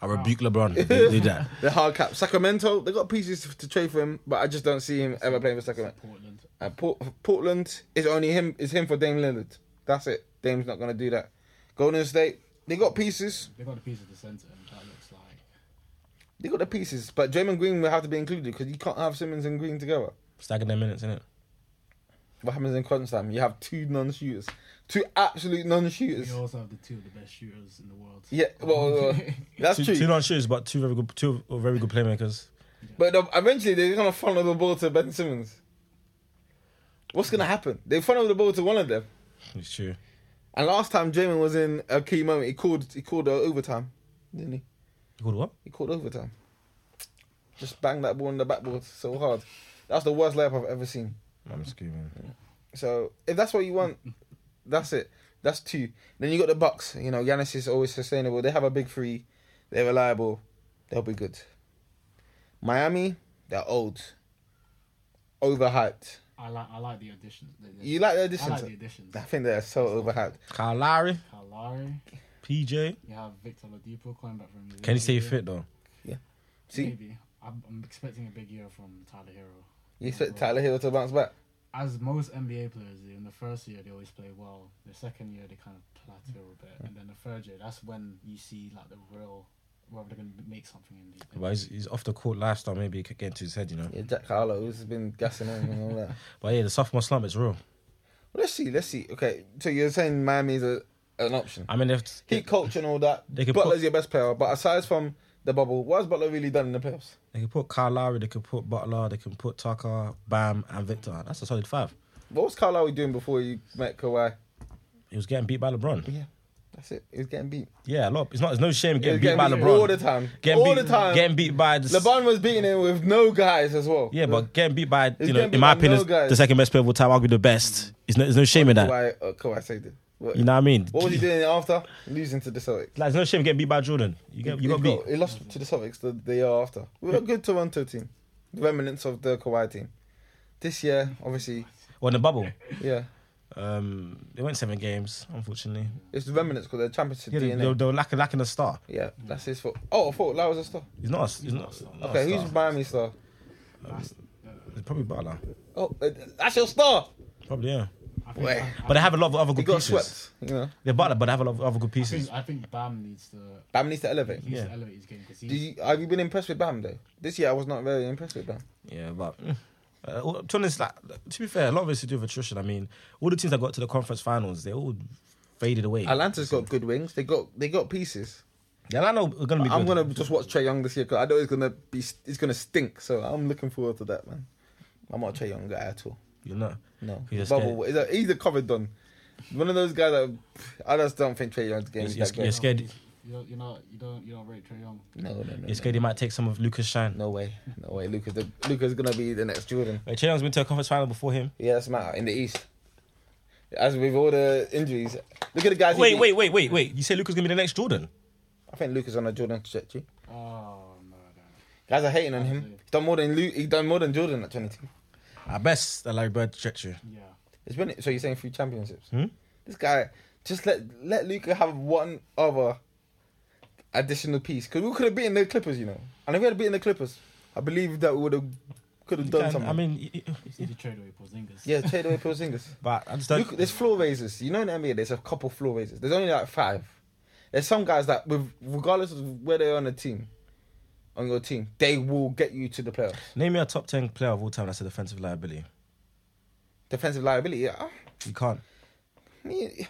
[SPEAKER 3] I'll rebuke LeBron. if They do that.
[SPEAKER 2] they're hard cap. Sacramento, they got pieces to, to trade for him, but I just don't see him ever playing for Sacramento.
[SPEAKER 4] Portland.
[SPEAKER 2] Uh, Port- Portland is only him. Is him for Dame Lillard. That's it. Dame's not going to do that. Golden State, they got pieces.
[SPEAKER 4] They got a piece of the centre, and that looks like
[SPEAKER 2] They got the pieces, but Draymond Green will have to be included because you can't have Simmons and Green together.
[SPEAKER 3] Stacking their minutes, innit?
[SPEAKER 2] What happens in crunch time? You have two non-shooters, two absolute non-shooters.
[SPEAKER 4] we also have the two of the best shooters in the world.
[SPEAKER 2] Yeah, well, uh, that's
[SPEAKER 3] Two,
[SPEAKER 2] true.
[SPEAKER 3] two non shooters, but two very good two very good playmakers.
[SPEAKER 2] But the- eventually they're gonna funnel the ball to Ben Simmons. What's gonna happen? They funnel the ball to one of them.
[SPEAKER 3] It's true.
[SPEAKER 2] And last time Draymond was in a key moment, he called he called uh, overtime, didn't he?
[SPEAKER 3] You called what?
[SPEAKER 2] He called overtime. Just banged that ball in the backboard so hard. That's the worst layup I've ever seen.
[SPEAKER 3] I'm screaming.
[SPEAKER 2] So if that's what you want, that's it. That's two. Then you got the Bucks. You know, Giannis is always sustainable. They have a big three. They're reliable. They'll be good. Miami, they're old, overhyped.
[SPEAKER 4] I like I like the addition. The- the-
[SPEAKER 2] You like the
[SPEAKER 4] I
[SPEAKER 2] additions?
[SPEAKER 4] like the
[SPEAKER 2] I,
[SPEAKER 4] additions.
[SPEAKER 2] think they're so overhyped.
[SPEAKER 3] Kyle Lowry,
[SPEAKER 4] Kalari,
[SPEAKER 3] PJ.
[SPEAKER 4] you have Victor Oladipo coming back from. the
[SPEAKER 3] Can he stay
[SPEAKER 4] injury.
[SPEAKER 3] fit though?
[SPEAKER 2] See,
[SPEAKER 4] Maybe. I'm, I'm expecting a big year from Tyler Hero.
[SPEAKER 2] you expect Tyler Hill to bounce back.
[SPEAKER 4] As most NBA players do, in the first year they always play well. The second year they kind of plateau a bit, and then the third year that's when you see like the real whether they're gonna make something in the.
[SPEAKER 3] But he's, he's off the court lifestyle. Maybe he could get into his head, you know.
[SPEAKER 2] Yeah, Jack Harlow has been gassing him and all that.
[SPEAKER 3] But yeah, the sophomore slump is real.
[SPEAKER 2] Let's see. Let's see. Okay, so you're saying Miami's a, an option.
[SPEAKER 3] I mean, if
[SPEAKER 2] Heat coach and all that.
[SPEAKER 3] They could
[SPEAKER 2] Butler's
[SPEAKER 3] put-
[SPEAKER 2] your best player, but aside from the bubble, what has Butler really done in the playoffs?
[SPEAKER 3] They can put Kyle Lowry, they can put Butler, they can put Tucker, Bam, and Victor. That's a solid five.
[SPEAKER 2] What was Kyle Lowry doing before he met Kawhi?
[SPEAKER 3] He was getting beat by LeBron.
[SPEAKER 2] Yeah, that's it. He was getting beat.
[SPEAKER 3] Yeah, a lot. It's not. It's no shame
[SPEAKER 2] He was
[SPEAKER 3] getting beat by LeBron.
[SPEAKER 2] all the time.
[SPEAKER 3] Getting
[SPEAKER 2] all
[SPEAKER 3] beat,
[SPEAKER 2] the time.
[SPEAKER 3] Getting beat by the s-
[SPEAKER 2] LeBron was beating him with no guys as well.
[SPEAKER 3] Yeah, but getting beat by you know,
[SPEAKER 2] getting beat
[SPEAKER 3] in my
[SPEAKER 2] by no
[SPEAKER 3] opinion,
[SPEAKER 2] guys.
[SPEAKER 3] the second best player of all time, arguably the best. It's no, there's no shame in that.
[SPEAKER 2] Kawhi, uh, Kawhi saved it. What,
[SPEAKER 3] You know what I mean?
[SPEAKER 2] what was he doing after losing to the Celtics?
[SPEAKER 3] Like, there's no shame getting beat by Jordan. You get, you
[SPEAKER 2] He
[SPEAKER 3] got beat.
[SPEAKER 2] He lost to the Celtics the, the year after. We were a good Toronto team, remnants of the Kawhi team. This year, obviously,
[SPEAKER 3] Well, in the bubble,
[SPEAKER 2] yeah,
[SPEAKER 3] um, they went seven games. Unfortunately,
[SPEAKER 2] it's the remnants because they're championship
[SPEAKER 3] yeah, they, they,
[SPEAKER 2] DNA.
[SPEAKER 3] were- they were lacking lacking a star.
[SPEAKER 2] Yeah, that's his fault. Oh, I thought that was a star.
[SPEAKER 3] He's not. A, he's not. a star. Not
[SPEAKER 2] Okay,
[SPEAKER 3] a
[SPEAKER 2] who's
[SPEAKER 3] Oh, star.
[SPEAKER 2] Miami star?
[SPEAKER 4] Last, uh,
[SPEAKER 3] It's probably Butler.
[SPEAKER 2] Oh, uh, that's your star.
[SPEAKER 3] Probably yeah.
[SPEAKER 4] I think,
[SPEAKER 2] Wait.
[SPEAKER 4] I, I
[SPEAKER 3] But they have a lot of other
[SPEAKER 2] He
[SPEAKER 3] good
[SPEAKER 2] got
[SPEAKER 3] pieces.
[SPEAKER 2] swept. You know,
[SPEAKER 3] They're Butler, but they have a lot of other good
[SPEAKER 4] think,
[SPEAKER 3] pieces.
[SPEAKER 4] I think Bam needs to
[SPEAKER 2] Bam needs to elevate.
[SPEAKER 4] he needs to
[SPEAKER 3] Yeah.
[SPEAKER 4] elevate his game because
[SPEAKER 2] Do
[SPEAKER 4] he's
[SPEAKER 2] you, have you been impressed with Bam though? This year, I was not very impressed with Bam.
[SPEAKER 3] Yeah, but uh, well, to, be honest, like, to be fair, a lot of it's to do with attrition. I mean, all the teams that got to the conference finals, they all faded away.
[SPEAKER 2] Atlanta's got good wings. They got they got pieces.
[SPEAKER 3] Yeah, Atlanta are going to be good.
[SPEAKER 2] I'm gonna just watch Trey Young this year because I know it's gonna be it's gonna stink. So I'm looking forward to that, man. I'm not a Trey Young guy at all.
[SPEAKER 3] You know,
[SPEAKER 2] No,
[SPEAKER 3] He's a
[SPEAKER 2] bubble. He's a, he's a covered don. One of those guys that I just don't think Trey Young's game
[SPEAKER 3] you're,
[SPEAKER 2] is
[SPEAKER 3] you're,
[SPEAKER 2] that
[SPEAKER 3] you're
[SPEAKER 2] great.
[SPEAKER 3] scared.
[SPEAKER 4] you don't you know you don't you don't rate Trae Young.
[SPEAKER 2] No, no, no, no.
[SPEAKER 3] You're scared he might take some of Lucas Shine.
[SPEAKER 2] No way, no way. Luca's the, Luca's gonna be the next Jordan.
[SPEAKER 3] Wait, Trae Young's been to a conference final before him.
[SPEAKER 2] Yeah, that's matter in the East. As with all the injuries, look at the guys. he
[SPEAKER 3] Wait,
[SPEAKER 2] beat.
[SPEAKER 3] wait, wait, wait, wait. You say Lucas gonna be the next Jordan?
[SPEAKER 2] I think Luca's on a Jordan trajectory.
[SPEAKER 4] Oh no, no.
[SPEAKER 2] Guys are hating on him. He's done more than Luke. He's done more than Jordan at 22.
[SPEAKER 3] I best that Larry Bird trajectory.
[SPEAKER 4] yeah.
[SPEAKER 2] It's been so you're saying three championships.
[SPEAKER 3] Hmm?
[SPEAKER 2] This guy just let let Luca have one other additional piece because we could have beaten the Clippers, you know. And if we had beaten the Clippers, I believe that we would have could have done
[SPEAKER 3] And,
[SPEAKER 2] something.
[SPEAKER 3] I mean, y- y-
[SPEAKER 4] You need to trade away Porzingis.
[SPEAKER 2] yeah, trade away Porzingis.
[SPEAKER 3] but I just don't.
[SPEAKER 2] Look, there's floor raisers. You know in the NBA, there's a couple floor raisers. There's only like five. There's some guys that, with regardless of where they are on the team, on your team, they will get you to the playoffs.
[SPEAKER 3] name me a top ten player of all time that's a defensive liability.
[SPEAKER 2] Defensive liability. Yeah.
[SPEAKER 3] You can't.
[SPEAKER 2] Me-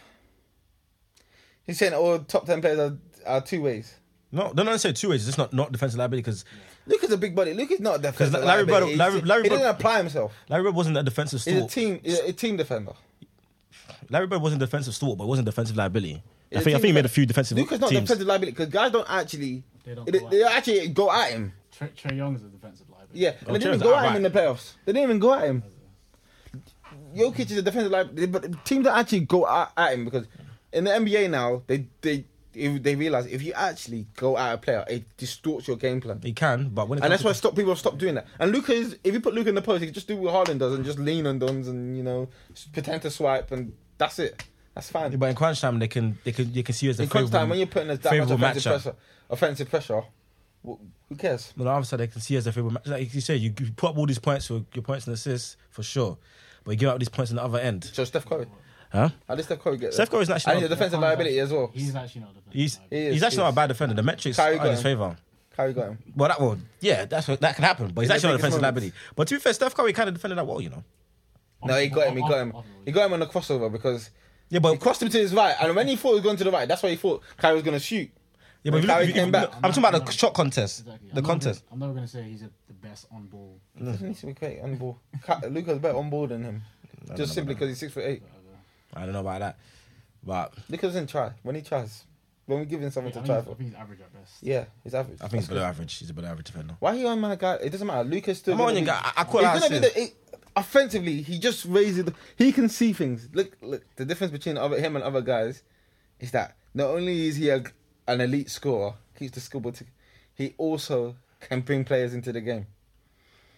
[SPEAKER 2] He's saying all top ten players are, are two ways.
[SPEAKER 3] No, don't necessarily two ways. It's just not, not defensive liability because
[SPEAKER 2] Luke is a big body. Luke is not a defender.
[SPEAKER 3] Larry
[SPEAKER 2] but
[SPEAKER 3] Bird-
[SPEAKER 2] he's-
[SPEAKER 3] Larry- Larry
[SPEAKER 2] he didn't
[SPEAKER 3] Bird-
[SPEAKER 2] apply himself.
[SPEAKER 3] Larry Bird wasn't a defensive
[SPEAKER 2] He's a
[SPEAKER 3] stalwart.
[SPEAKER 2] team. He's a team defender.
[SPEAKER 3] Larry Bird wasn't a defensive stalwart, but he wasn't a defensive liability. I
[SPEAKER 2] He's a
[SPEAKER 3] think, I
[SPEAKER 2] team
[SPEAKER 3] think he made a
[SPEAKER 2] defender.
[SPEAKER 3] few defensive
[SPEAKER 2] Luke is not
[SPEAKER 3] teams.
[SPEAKER 2] defensive liability because guys don't actually. They
[SPEAKER 4] They
[SPEAKER 2] don't.
[SPEAKER 4] don't
[SPEAKER 2] They,
[SPEAKER 4] go at
[SPEAKER 2] they
[SPEAKER 4] him.
[SPEAKER 2] actually go at him.
[SPEAKER 4] Trey, Trey Young is a defensive liability.
[SPEAKER 2] Yeah, and they didn't
[SPEAKER 3] Trey's
[SPEAKER 2] even go at
[SPEAKER 3] outright.
[SPEAKER 2] him in the playoffs. They didn't even go at him. Jokic is a defensive liability, but the team that actually go at, at him because in the NBA now they they if they realize if you actually go at a player, it distorts your game plan.
[SPEAKER 3] He can, but when it
[SPEAKER 2] And
[SPEAKER 3] comes
[SPEAKER 2] that's why
[SPEAKER 3] to,
[SPEAKER 2] stop people have stopped doing that. And Luca is if you put Luca in the post, he can just do what Harlan does and just lean on Duns and you know s- pretend to swipe and that's it. That's fine.
[SPEAKER 3] Yeah, but in crunch time, they can they can you can see you as a
[SPEAKER 2] in crunch time,
[SPEAKER 3] favourable-
[SPEAKER 2] when you're putting a that much
[SPEAKER 3] favourable
[SPEAKER 2] offensive
[SPEAKER 3] matchup.
[SPEAKER 2] pressure, offensive pressure, wh- who cares?
[SPEAKER 3] But on the other side, they can see you as a favorite match. Like you said, you you put up all these points for your points and assists for sure, but you give up these points on the other end,
[SPEAKER 2] So Steph Curry,
[SPEAKER 3] huh?
[SPEAKER 2] how did Steph Curry get?
[SPEAKER 3] Steph
[SPEAKER 2] there?
[SPEAKER 3] Curry's actually
[SPEAKER 2] and
[SPEAKER 3] not-
[SPEAKER 2] he's a defensive liability as well.
[SPEAKER 4] He's actually not a defensive
[SPEAKER 3] He's
[SPEAKER 4] liability.
[SPEAKER 2] He is,
[SPEAKER 3] he's actually
[SPEAKER 2] he
[SPEAKER 3] not a
[SPEAKER 2] is.
[SPEAKER 3] bad defender. The metrics
[SPEAKER 2] Kyrie
[SPEAKER 3] are in his
[SPEAKER 2] got him.
[SPEAKER 3] favor.
[SPEAKER 2] Curry got him.
[SPEAKER 3] Well, that well, yeah, that's what, that can happen. But he's
[SPEAKER 2] the
[SPEAKER 3] actually not a
[SPEAKER 2] biggest
[SPEAKER 3] defensive
[SPEAKER 2] moments.
[SPEAKER 3] liability. But to be fair, Steph Curry kind of defended that well, you know.
[SPEAKER 2] No, he got him. He
[SPEAKER 4] Off-
[SPEAKER 2] got him.
[SPEAKER 4] off-
[SPEAKER 2] He got him on the crossover because
[SPEAKER 3] Yeah, but
[SPEAKER 2] he crossed him to his right, and when he thought he was going to the right, that's why he thought Kyrie was going to shoot.
[SPEAKER 3] yeah, but if you
[SPEAKER 2] Kyrie
[SPEAKER 3] look- if you-
[SPEAKER 2] came back.
[SPEAKER 3] I'm talking about the shot contest, the
[SPEAKER 4] Exactly. I'm not gonna-
[SPEAKER 3] contest.
[SPEAKER 4] I'm never going to say he's a, the best on ball.
[SPEAKER 2] Doesn't need to be great on ball. Luca's better on ball than him, just simply because he's six foot eight.
[SPEAKER 3] I don't know about that, but
[SPEAKER 2] Luca doesn't try. When he tries, when we give him
[SPEAKER 4] I
[SPEAKER 2] something
[SPEAKER 4] think
[SPEAKER 2] to try
[SPEAKER 4] he's- I
[SPEAKER 2] for,
[SPEAKER 4] think he's average at best.
[SPEAKER 2] yeah, he's average.
[SPEAKER 3] I think
[SPEAKER 2] That's
[SPEAKER 3] he's
[SPEAKER 2] good.
[SPEAKER 3] below average. He's a below average defender.
[SPEAKER 2] Why he on my guy? It doesn't matter. Luca's still.
[SPEAKER 3] Come on,
[SPEAKER 2] gonna
[SPEAKER 3] you
[SPEAKER 2] be-
[SPEAKER 3] guy. I- I call
[SPEAKER 2] he's
[SPEAKER 3] out
[SPEAKER 2] gonna be the, he- offensively. He just raises. The, he can see things. Look, look. The difference between other him and other guys is that not only is he a, an elite scorer, keeps the scoreboard, tick- he also can bring players into the game.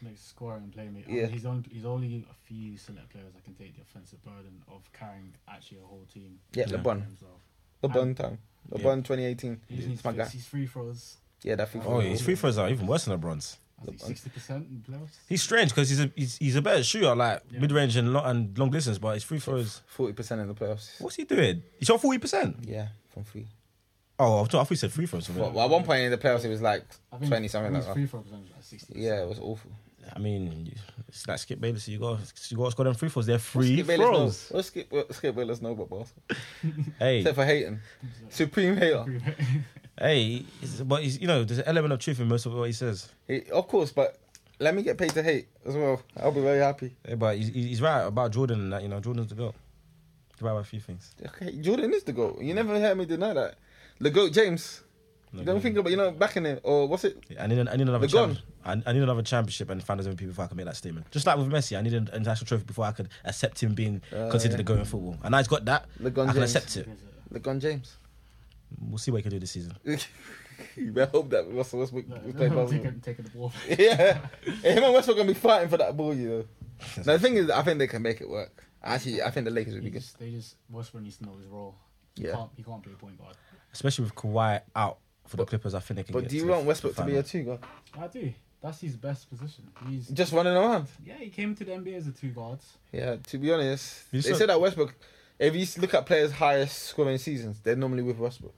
[SPEAKER 4] Next scorer and playmaker.
[SPEAKER 2] Yeah.
[SPEAKER 4] Yeah. He's only he's only a few select players that can take the offensive burden of carrying actually a whole team.
[SPEAKER 2] Yeah,
[SPEAKER 3] Yeah.
[SPEAKER 2] LeBron.
[SPEAKER 4] Himself.
[SPEAKER 2] LeBron time.
[SPEAKER 3] Yeah.
[SPEAKER 2] LeBron 2018.
[SPEAKER 4] He just needs
[SPEAKER 2] my
[SPEAKER 4] to
[SPEAKER 2] guy.
[SPEAKER 4] fix his free throws.
[SPEAKER 2] Yeah, that free
[SPEAKER 3] Oh,
[SPEAKER 2] throw.
[SPEAKER 3] yeah, his free throws are even worse than LeBron's.
[SPEAKER 2] LeBron.
[SPEAKER 4] Sixty percent in playoffs.
[SPEAKER 3] He's strange because he's a he's, he's a better shooter, like
[SPEAKER 4] Yeah.
[SPEAKER 3] mid range and long, and long distance, but his free throws.
[SPEAKER 2] Forty percent in the playoffs.
[SPEAKER 3] What's he doing? He shot forty percent.
[SPEAKER 2] Yeah, from free.
[SPEAKER 3] Oh, I thought, I thought he said free throws.
[SPEAKER 2] Well, well, at one point in the playoffs, it was like
[SPEAKER 4] I think
[SPEAKER 2] twenty something
[SPEAKER 4] his
[SPEAKER 2] like that.
[SPEAKER 4] free throw percentage is like sixty.
[SPEAKER 2] Yeah, it was awful.
[SPEAKER 3] I mean, it's like Skip Bayless. You got you got to score them free throws. They're free
[SPEAKER 2] Skip Bayless knows.
[SPEAKER 3] throws.
[SPEAKER 2] Well, Skip, well, Skip Bayless know about basketball.
[SPEAKER 3] Hey,
[SPEAKER 2] Except for hating. Supreme hater.
[SPEAKER 3] hey, it's- but he's, you know, there's an element of truth in most of what he says.
[SPEAKER 2] He, of course, but let me get paid to hate as well. I'll be very happy.
[SPEAKER 3] Hey, Eh, but he's, he's right about Jordan. and That you know, Jordan's the goat. He's right about a few things.
[SPEAKER 2] Okay, Jordan is the GOAT. You never heard me deny that. The GOAT, James. You don't think about, you know, back in it, or what's it?
[SPEAKER 3] I need, an- I need another
[SPEAKER 2] They're gone.
[SPEAKER 3] champ- I, I need another championship and finals MVP before I can make that statement. Just like with Messi, I need an international trophy before I could accept him being
[SPEAKER 2] Uh,
[SPEAKER 3] considered
[SPEAKER 2] yeah.
[SPEAKER 3] the goat in football. And now he's got that.
[SPEAKER 2] LeBron
[SPEAKER 3] I can
[SPEAKER 2] James.
[SPEAKER 3] accept it.
[SPEAKER 2] LeBron James.
[SPEAKER 3] We'll see what he can do this season.
[SPEAKER 2] you better hope that Russell Westbrook will play basketball.
[SPEAKER 4] Taking taking the ball.
[SPEAKER 2] yeah. Him and Westbrook going to be fighting for that ball, you know. Now, the thing is, I think they can make it work. Actually, I think the Lakers would
[SPEAKER 4] He
[SPEAKER 2] be good.
[SPEAKER 4] just, they just Westbrook needs to know his role. He
[SPEAKER 2] Yeah.
[SPEAKER 4] can't he can't play point guard.
[SPEAKER 3] Especially with Kawhi out for the Clippers, I think they can
[SPEAKER 2] But
[SPEAKER 3] get
[SPEAKER 2] do you
[SPEAKER 3] the-
[SPEAKER 2] want
[SPEAKER 3] the
[SPEAKER 2] Westbrook to be a
[SPEAKER 3] final.
[SPEAKER 2] two guard?
[SPEAKER 4] I do. That's his best position. He's
[SPEAKER 2] Just running around.
[SPEAKER 4] yeah. He came to the NBA as a two guards.
[SPEAKER 2] Yeah, to be honest,
[SPEAKER 3] You
[SPEAKER 2] they
[SPEAKER 3] said-
[SPEAKER 2] said that Westbrook. If you look at players' highest scoring seasons, they're normally with Westbrook.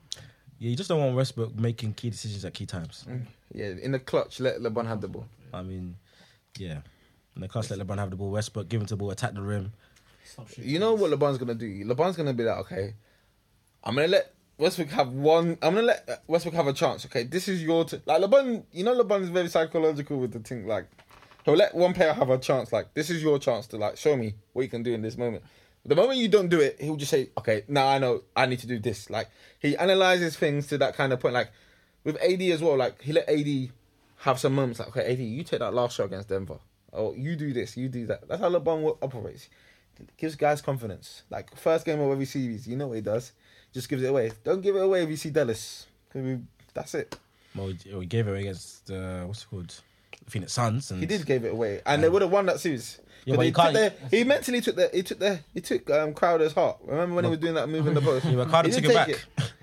[SPEAKER 3] Yeah, you just don't want Westbrook making key decisions at key times.
[SPEAKER 2] Yeah, in the clutch, let LeBron have the ball.
[SPEAKER 3] I mean, yeah. And they can't let LeBron have the ball. Westbrook give him the ball, attack the rim.
[SPEAKER 4] Stop shooting.
[SPEAKER 2] You know what LeBron's gonna do? LeBron's gonna be like, okay, I'm gonna let Westbrook have one. I'm gonna let uh, Westbrook have a chance. Okay, this is your t-. like LeBron. You know LeBron's very psychological with the thing. Like he'll let one player have a chance. Like this is your chance to like show me what you can do in this moment. The moment you don't do it, he'll just say, okay, now I know I need to do this. Like he analyzes things to that kind of point. Like with AD as well. Like he let AD have some moments. Like okay, AD, you take that last shot against Denver. Oh, you do this, you do that. That's how LeBron wo- operates gives guys confidence. Like first game of every series, you know what he does. Just gives it away. Don't give it away if you see Dallas. 'Cause we- That's it.
[SPEAKER 3] Well, we we gave it away against uh, what's it called, Phoenix Suns, and
[SPEAKER 2] He did give it away, and they would have won that series. But
[SPEAKER 3] Yeah, but
[SPEAKER 2] they
[SPEAKER 3] you
[SPEAKER 2] took
[SPEAKER 3] can't-
[SPEAKER 2] their, he mentally took the he took the he took um, Crowder's heart. Remember when he was doing that move in the post?
[SPEAKER 3] Yeah, but Carter
[SPEAKER 2] He
[SPEAKER 3] took
[SPEAKER 2] did
[SPEAKER 3] it back.
[SPEAKER 2] take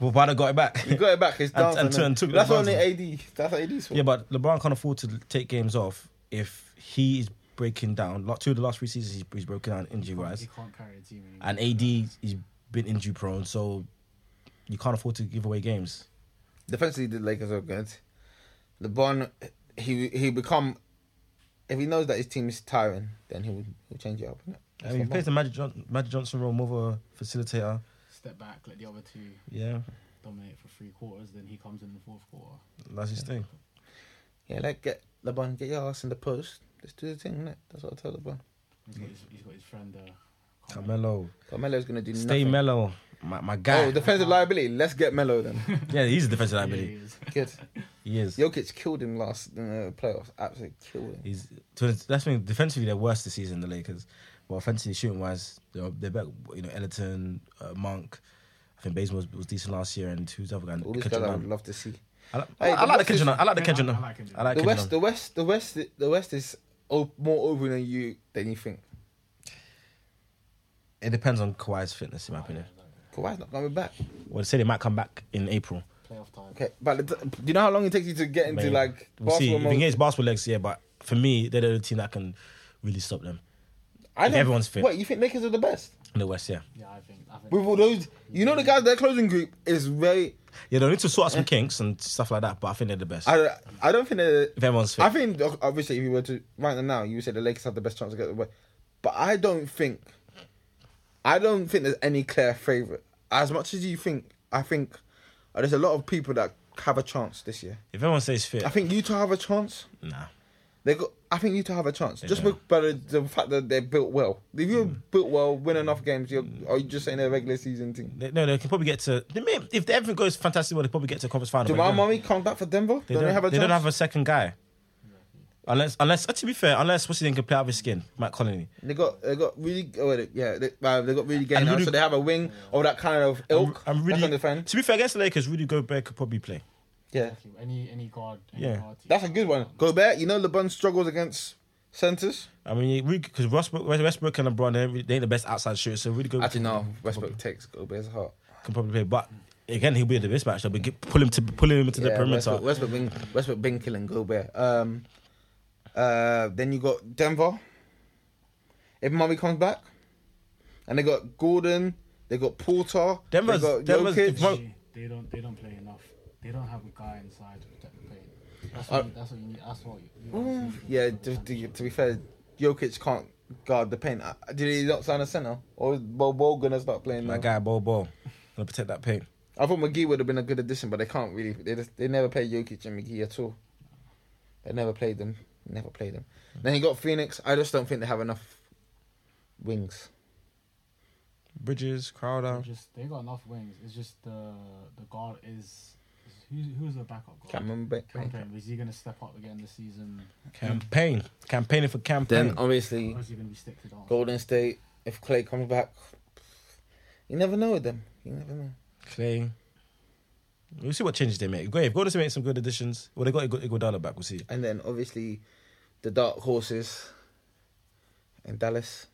[SPEAKER 3] Well, Bada got it back.
[SPEAKER 2] He got it back. His dance
[SPEAKER 3] And- and
[SPEAKER 2] and,
[SPEAKER 3] took- and took
[SPEAKER 2] that's
[SPEAKER 3] the
[SPEAKER 2] only
[SPEAKER 3] dance.
[SPEAKER 2] AD. That's AD's fault.
[SPEAKER 3] yeah, but LeBron can't afford to take games off if he is breaking down. Like two of the last three seasons, he's, he's broken down injury
[SPEAKER 4] He
[SPEAKER 3] wise,
[SPEAKER 4] can't carry a team anymore.
[SPEAKER 3] and AD he's been injury prone, so you can't afford to give away games.
[SPEAKER 2] Defensively, the Lakers are good. LeBron, he he become if he knows that his team is tiring, then he will he'll change it up. innit?
[SPEAKER 3] I mean, he plays the Magic, John- Magic Johnson role, more of a facilitator.
[SPEAKER 4] Step back, let the other two
[SPEAKER 3] Yeah,
[SPEAKER 4] dominate for three quarters, then he comes in the fourth quarter.
[SPEAKER 3] that's his thing.
[SPEAKER 2] Yeah, like get LeBron, get your ass in the post. Let's do the thing, innit? That's what I tell LeBron.
[SPEAKER 4] He's got his, he's got his friend uh, Carmelo.
[SPEAKER 3] Carmelo,
[SPEAKER 2] Melo's gonna do
[SPEAKER 3] stay
[SPEAKER 2] nothing.
[SPEAKER 3] mellow, my, my guy.
[SPEAKER 2] Oh, defensive liability. Let's get Melo then.
[SPEAKER 3] yeah, he's a defensive
[SPEAKER 4] Yeah,
[SPEAKER 3] liability.
[SPEAKER 4] he is.
[SPEAKER 2] Good.
[SPEAKER 3] He is.
[SPEAKER 2] Jokic killed him last uh, playoffs. Absolutely killed him.
[SPEAKER 3] He's to, that's when defensively they're worse this season, the Lakers. But offensively, shooting wise, they're, they're better. You know, Ellerton, uh, Monk. I think Bazemore was, was decent last year, and who's the other guy?
[SPEAKER 2] All these
[SPEAKER 3] Kendrick
[SPEAKER 2] guys I would
[SPEAKER 3] Nunn.
[SPEAKER 2] love to see.
[SPEAKER 3] I like,
[SPEAKER 2] Hey, the
[SPEAKER 3] I like the
[SPEAKER 2] West is-
[SPEAKER 3] Kendrick. Nunn. I like the
[SPEAKER 4] Yeah,
[SPEAKER 3] Kendrick.
[SPEAKER 4] I
[SPEAKER 3] Nunn.
[SPEAKER 4] like Kendrick
[SPEAKER 3] I like
[SPEAKER 2] The
[SPEAKER 3] Kendrick.
[SPEAKER 2] West,
[SPEAKER 3] Nunn.
[SPEAKER 2] the West, the West, the West is op- more open than you than you think.
[SPEAKER 3] It depends on Kawhi's fitness, in my opinion.
[SPEAKER 2] Kawhi's not coming back.
[SPEAKER 3] Well, they say they might come back in April.
[SPEAKER 4] Playoff time.
[SPEAKER 2] Okay, but the- do you know how long it takes you to get into
[SPEAKER 3] But
[SPEAKER 2] like
[SPEAKER 3] we'll see. If
[SPEAKER 2] basketball?
[SPEAKER 3] he
[SPEAKER 2] mode?
[SPEAKER 3] gets basketball legs, yeah. But for me, they're the only team that can really stop them
[SPEAKER 2] I
[SPEAKER 3] if
[SPEAKER 2] don't-
[SPEAKER 3] everyone's fit.
[SPEAKER 2] What you think Lakers are the best
[SPEAKER 3] in the West. Yeah,
[SPEAKER 4] Yeah, I think. I think
[SPEAKER 2] with all those? You know the guys. Their closing group is very.
[SPEAKER 3] yeah. They need to sort out some kinks and stuff like that. But I think they're the best.
[SPEAKER 2] I I don't think they're.
[SPEAKER 3] if everyone's fit,
[SPEAKER 2] I think obviously if you were to right now, you would say the Lakers have the best chance to get the way. But I don't think I don't think there's any clear favourite. As much as you think, I think uh, there's a lot of people that have a chance this year.
[SPEAKER 3] if everyone stays fit,
[SPEAKER 2] I think Utah have a chance.
[SPEAKER 3] nah.
[SPEAKER 2] They got I think Utah have a chance. Just
[SPEAKER 3] Yeah.
[SPEAKER 2] be- by the, the fact that they're built well. If you're
[SPEAKER 3] Mm.
[SPEAKER 2] built well, win enough games, you're are you just saying they're a regular season team?
[SPEAKER 3] They, no, they can probably get to. They may, if everything goes fantastic, well, they probably get to conference final. but
[SPEAKER 2] Jamal
[SPEAKER 3] they don't-
[SPEAKER 2] Murray come back for Denver?
[SPEAKER 3] They
[SPEAKER 2] don't, they have a
[SPEAKER 3] they
[SPEAKER 2] chance?
[SPEAKER 3] don't have a second guy. Unless, unless, uh, to be fair, unless what's his name can play out of his skin, Matt Colony.
[SPEAKER 2] They got they got really oh, they- yeah they, uh, they got really gay
[SPEAKER 3] And
[SPEAKER 2] now,
[SPEAKER 3] Rudy-
[SPEAKER 2] so they have a wing or that kind of ilk.
[SPEAKER 3] I'm
[SPEAKER 2] that's
[SPEAKER 3] really
[SPEAKER 2] on the fan.
[SPEAKER 3] To be fair, against the Lakers, Rudy Gobert could probably play.
[SPEAKER 2] Yeah,
[SPEAKER 4] Thank you. Any any guard. Any
[SPEAKER 3] Yeah.
[SPEAKER 4] guard team.
[SPEAKER 2] that's a good one. Gobert, you know LeBron struggles against centers.
[SPEAKER 3] I mean, because Westbrook, Westbrook and LeBron, they ain't, really- they ain't the best outside shooters, so Rudy Gobert
[SPEAKER 2] Actually, no, Westbrook takes Gobert's heart.
[SPEAKER 3] can probably play. But again, he'll be in the mismatch. They'll be get, pull him to pull him into the
[SPEAKER 2] yeah,
[SPEAKER 3] perimeter.
[SPEAKER 2] Westbrook, Westbrook been Westbrook been killing Gobert. Um, uh, then you got Denver. If Murray comes back, and they got Gordon, they got Porter,
[SPEAKER 3] Denver's-
[SPEAKER 2] they got
[SPEAKER 3] Denver's-
[SPEAKER 2] Jokic.
[SPEAKER 3] Mo-
[SPEAKER 4] They- they don't they don't play enough. They don't have a guy inside to protect the paint. That's
[SPEAKER 2] Uh, Mm,
[SPEAKER 4] what, you, that's what you need. That's what you. you want to see.
[SPEAKER 2] Yeah, to, to, to be fair, Jokic can't guard the paint. Uh, Did he not sign a center? Or is Bo Bo gonna start playing
[SPEAKER 3] My
[SPEAKER 2] now?
[SPEAKER 3] guy, Bo Bo, gonna protect that paint.
[SPEAKER 2] I thought McGee would have been a good addition, but they can't really. They just, they never played Jokic and McGee at all. They never played them. Never played them. Then you got Phoenix. I just don't think they have enough wings.
[SPEAKER 3] Bridges,
[SPEAKER 4] They
[SPEAKER 3] Crowder,
[SPEAKER 4] just they got enough wings. It's just the the guard is. is- Who's, who's the backup guard?
[SPEAKER 2] Can't remember.
[SPEAKER 4] Campaign. Is he going to step up again this season?
[SPEAKER 3] campaign, campaigning for campaign.
[SPEAKER 2] Then obviously
[SPEAKER 4] Or is he going to be stick to the
[SPEAKER 2] Golden State. If Clay comes back, you never know with them. You never know.
[SPEAKER 3] Clay. We'll see what changes they make. Great. If Golden State makes some good additions, well, they got Ig- Iguodala back. We'll see.
[SPEAKER 2] And then obviously, the dark horses in Dallas,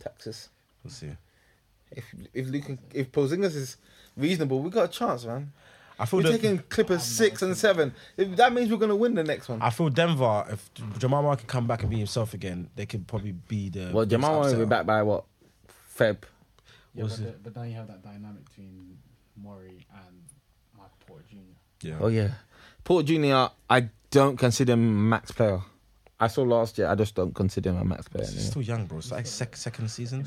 [SPEAKER 2] Texas.
[SPEAKER 3] We'll see.
[SPEAKER 2] If if Luka, if Porzingis is reasonable, we got a chance, man.
[SPEAKER 3] I feel
[SPEAKER 2] We're
[SPEAKER 3] that,
[SPEAKER 2] taking Clippers six and seven. If that means we're gonna win the next one.
[SPEAKER 3] I feel Denver. If Jamal Murray can come back and be himself again, they could probably be the.
[SPEAKER 2] Well,
[SPEAKER 3] biggest
[SPEAKER 2] Jamal won't be
[SPEAKER 3] upset.
[SPEAKER 2] back by what Feb.
[SPEAKER 4] Yeah,
[SPEAKER 3] Was
[SPEAKER 4] but,
[SPEAKER 3] it-
[SPEAKER 4] the, but then you have that dynamic between Murray and Michael Porter Jr.
[SPEAKER 3] Yeah.
[SPEAKER 2] Oh yeah, Porter Junior. I don't consider him max player. I saw last year. I just don't consider him a max player.
[SPEAKER 3] He's
[SPEAKER 2] anymore.
[SPEAKER 3] still young, bro. It's like sec- second season.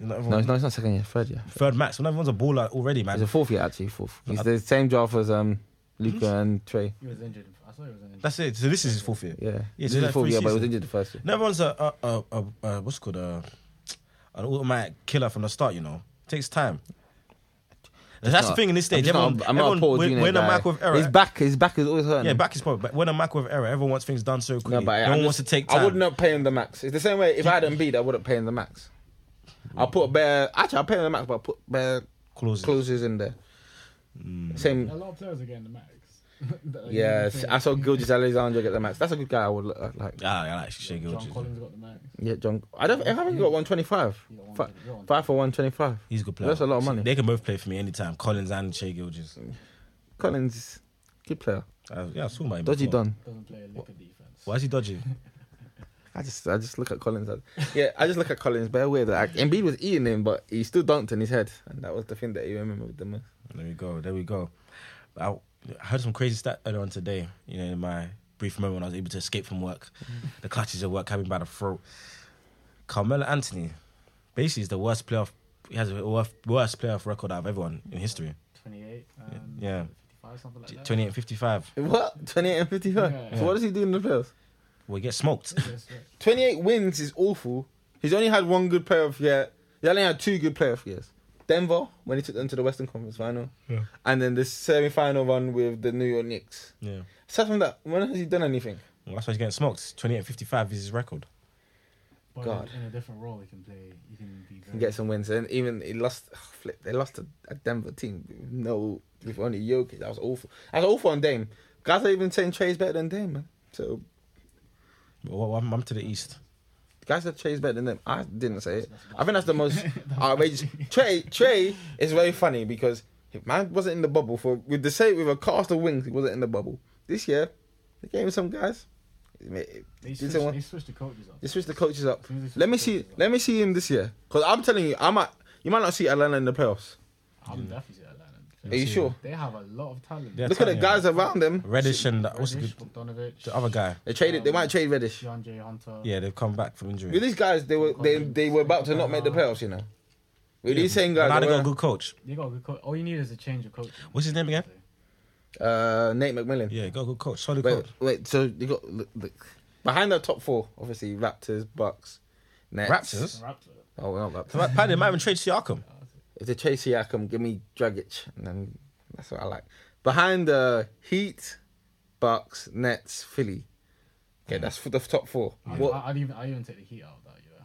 [SPEAKER 3] You know,
[SPEAKER 2] No,
[SPEAKER 3] everyone-
[SPEAKER 2] it's not, it's not second year. Third year.
[SPEAKER 3] Third max. When everyone's a baller already,
[SPEAKER 2] He's a
[SPEAKER 3] man.
[SPEAKER 2] fourth year actually. Fourth. He's the same draft as um Luca and Trey.
[SPEAKER 4] He was injured. in- I saw he was injured.
[SPEAKER 3] That's it. So this is his fourth year.
[SPEAKER 2] Yeah.
[SPEAKER 3] Yeah,
[SPEAKER 2] This
[SPEAKER 3] so
[SPEAKER 2] is
[SPEAKER 3] like
[SPEAKER 2] fourth
[SPEAKER 3] three
[SPEAKER 2] year, but he was
[SPEAKER 3] seasons.
[SPEAKER 2] injured the first year.
[SPEAKER 3] No, everyone's a, a, a, a, a what's it called a, an automatic killer from the start. You know, takes time. That's the
[SPEAKER 2] not-
[SPEAKER 3] thing in this
[SPEAKER 2] I'm
[SPEAKER 3] stage.
[SPEAKER 2] just not-
[SPEAKER 3] Everyone,
[SPEAKER 2] I'm not a
[SPEAKER 3] everyone,
[SPEAKER 2] Porter
[SPEAKER 3] when,
[SPEAKER 2] Junior
[SPEAKER 3] when the
[SPEAKER 2] guy.
[SPEAKER 3] microwave era,
[SPEAKER 2] His back, his back is always hurting.
[SPEAKER 3] Yeah, back is probably. But when a microwave era, everyone wants things done so quickly.
[SPEAKER 2] No, but
[SPEAKER 3] everyone
[SPEAKER 2] I'm
[SPEAKER 3] wants to
[SPEAKER 2] just-
[SPEAKER 3] take
[SPEAKER 2] I
[SPEAKER 3] time.
[SPEAKER 2] would not pay him the max. It's the same way if I had Embiid, I wouldn't pay him the max. I'll put bare. Actually, I'll pay him the max, but I'll put bare
[SPEAKER 3] Clauses.
[SPEAKER 2] closes in there.
[SPEAKER 4] a
[SPEAKER 3] Hmm.
[SPEAKER 2] Same.
[SPEAKER 4] lot of players are getting the max. That are
[SPEAKER 2] Yeah,
[SPEAKER 4] getting the
[SPEAKER 2] I
[SPEAKER 4] max.
[SPEAKER 2] saw Gilgis Alexander get the max. That's a good guy. I would look at, like.
[SPEAKER 3] Ah, yeah, I like Shea
[SPEAKER 4] John
[SPEAKER 3] Gilgeous.
[SPEAKER 4] Collins got the max.
[SPEAKER 2] Yeah, John. I don't. I haven't got one twenty five.
[SPEAKER 4] He got one-
[SPEAKER 2] Five,
[SPEAKER 4] he got one.
[SPEAKER 2] five for one twenty five.
[SPEAKER 3] He's a good player.
[SPEAKER 2] That's a lot of
[SPEAKER 3] So
[SPEAKER 2] money.
[SPEAKER 3] They can both play for me anytime. Collins and Shea Gilgis.
[SPEAKER 2] Collins, good player.
[SPEAKER 3] Uh, yeah, I saw my
[SPEAKER 2] Dodgy done.
[SPEAKER 4] Doesn't play a lick of defense.
[SPEAKER 3] Why is he dodgy?
[SPEAKER 2] I just, I just look at Collins. Yeah, I just look at Collins. Bare weird. Like, Embiid was eating him, but he still dunked in his head, and that was the thing that he remembered the most.
[SPEAKER 3] There we go. There we go. I, I heard some crazy stat earlier on today. You know, in
[SPEAKER 2] Mm.
[SPEAKER 3] my brief moment when I was able to escape from work, the clutches of work had me by the throat. Carmelo Anthony, basically, is the worst playoff. He has the worst, worst playoff record out of everyone in history.
[SPEAKER 4] 28, um,
[SPEAKER 3] Yeah,
[SPEAKER 4] 55, something like that.
[SPEAKER 3] twenty-eight and fifty-five.
[SPEAKER 2] What? 28 and 55?
[SPEAKER 4] Yeah.
[SPEAKER 2] So what does he do in the playoffs?
[SPEAKER 3] Well, he gets smoked.
[SPEAKER 4] Yes, right.
[SPEAKER 2] 28 wins is awful. He's only had one good playoff year. He only had two good playoff years. Denver, when he took them to the Western Conference Final.
[SPEAKER 3] Yeah.
[SPEAKER 2] And then the semi-final run with the New York Knicks.
[SPEAKER 3] yeah,
[SPEAKER 2] Aside from that, when has he done anything?
[SPEAKER 3] well, that's why he's getting smoked. Twenty-eight and fifty-five is his record.
[SPEAKER 4] But
[SPEAKER 2] God.
[SPEAKER 4] in a different role, he can play. He can be
[SPEAKER 2] He
[SPEAKER 4] very.
[SPEAKER 2] get some wins. And even he lost, flip, they lost a, a Denver team. with No, with only Jokic. That was awful. That was awful on Dame. Guys are even saying Trey's better than Dame, man. So
[SPEAKER 3] But what, what happened to the East?
[SPEAKER 2] guys that Trey's better than them. I didn't say it.
[SPEAKER 4] That's-
[SPEAKER 2] I think that's the most outrageous. Trey Trey is very funny because if man wasn't in the bubble for with the same with a cast of wings. He wasn't in the bubble this year. They gave him some guys.
[SPEAKER 4] They
[SPEAKER 2] Did
[SPEAKER 4] switched,
[SPEAKER 2] someone-
[SPEAKER 4] they switched the coaches up.
[SPEAKER 2] They switched the coaches up.
[SPEAKER 4] As soon as they switched
[SPEAKER 2] Let me
[SPEAKER 4] the
[SPEAKER 2] see.
[SPEAKER 4] coaches up,
[SPEAKER 2] Let me see him this year because I'm telling you, I might. You might not see Atlanta in the playoffs.
[SPEAKER 4] I'm definitely at Atlanta.
[SPEAKER 2] Are you sure?
[SPEAKER 4] They have a lot of talent.
[SPEAKER 3] Yeah.
[SPEAKER 2] Look at the
[SPEAKER 3] Tanya.
[SPEAKER 2] guys around them.
[SPEAKER 3] Reddish and that- what's the,
[SPEAKER 4] Reddish,
[SPEAKER 3] good,
[SPEAKER 4] Bogdanovich,
[SPEAKER 3] the other guy?
[SPEAKER 2] They traded. They might trade Reddish.
[SPEAKER 4] DeAndre Hunter.
[SPEAKER 3] Yeah, they've come back from injury.
[SPEAKER 2] With these guys, they were they they were about to not make the playoffs. You know, with these same guys,
[SPEAKER 3] Now
[SPEAKER 2] they
[SPEAKER 3] they got a
[SPEAKER 2] were-
[SPEAKER 3] good coach.
[SPEAKER 4] They got a good coach. All you need is a change of coach.
[SPEAKER 3] What's his name again?
[SPEAKER 2] uh, Nate McMillan.
[SPEAKER 3] Yeah, got a good coach. Solid
[SPEAKER 2] Wait,
[SPEAKER 3] coach.
[SPEAKER 2] wait. So you got look, look. behind the top four, obviously Raptors, Bucks, Nets.
[SPEAKER 3] Raptors.
[SPEAKER 4] Raptor.
[SPEAKER 2] Oh, well, not Raptors.
[SPEAKER 3] Paddy they might even trade Siakam.
[SPEAKER 2] If they chase Siakam, give me Dragic, and then that's what I like. Behind the Heat, Bucks, Nets, Philly. Okay, that's for the top four.
[SPEAKER 4] I-
[SPEAKER 2] What
[SPEAKER 4] I, I'd even I even take the heat out of that. Yeah.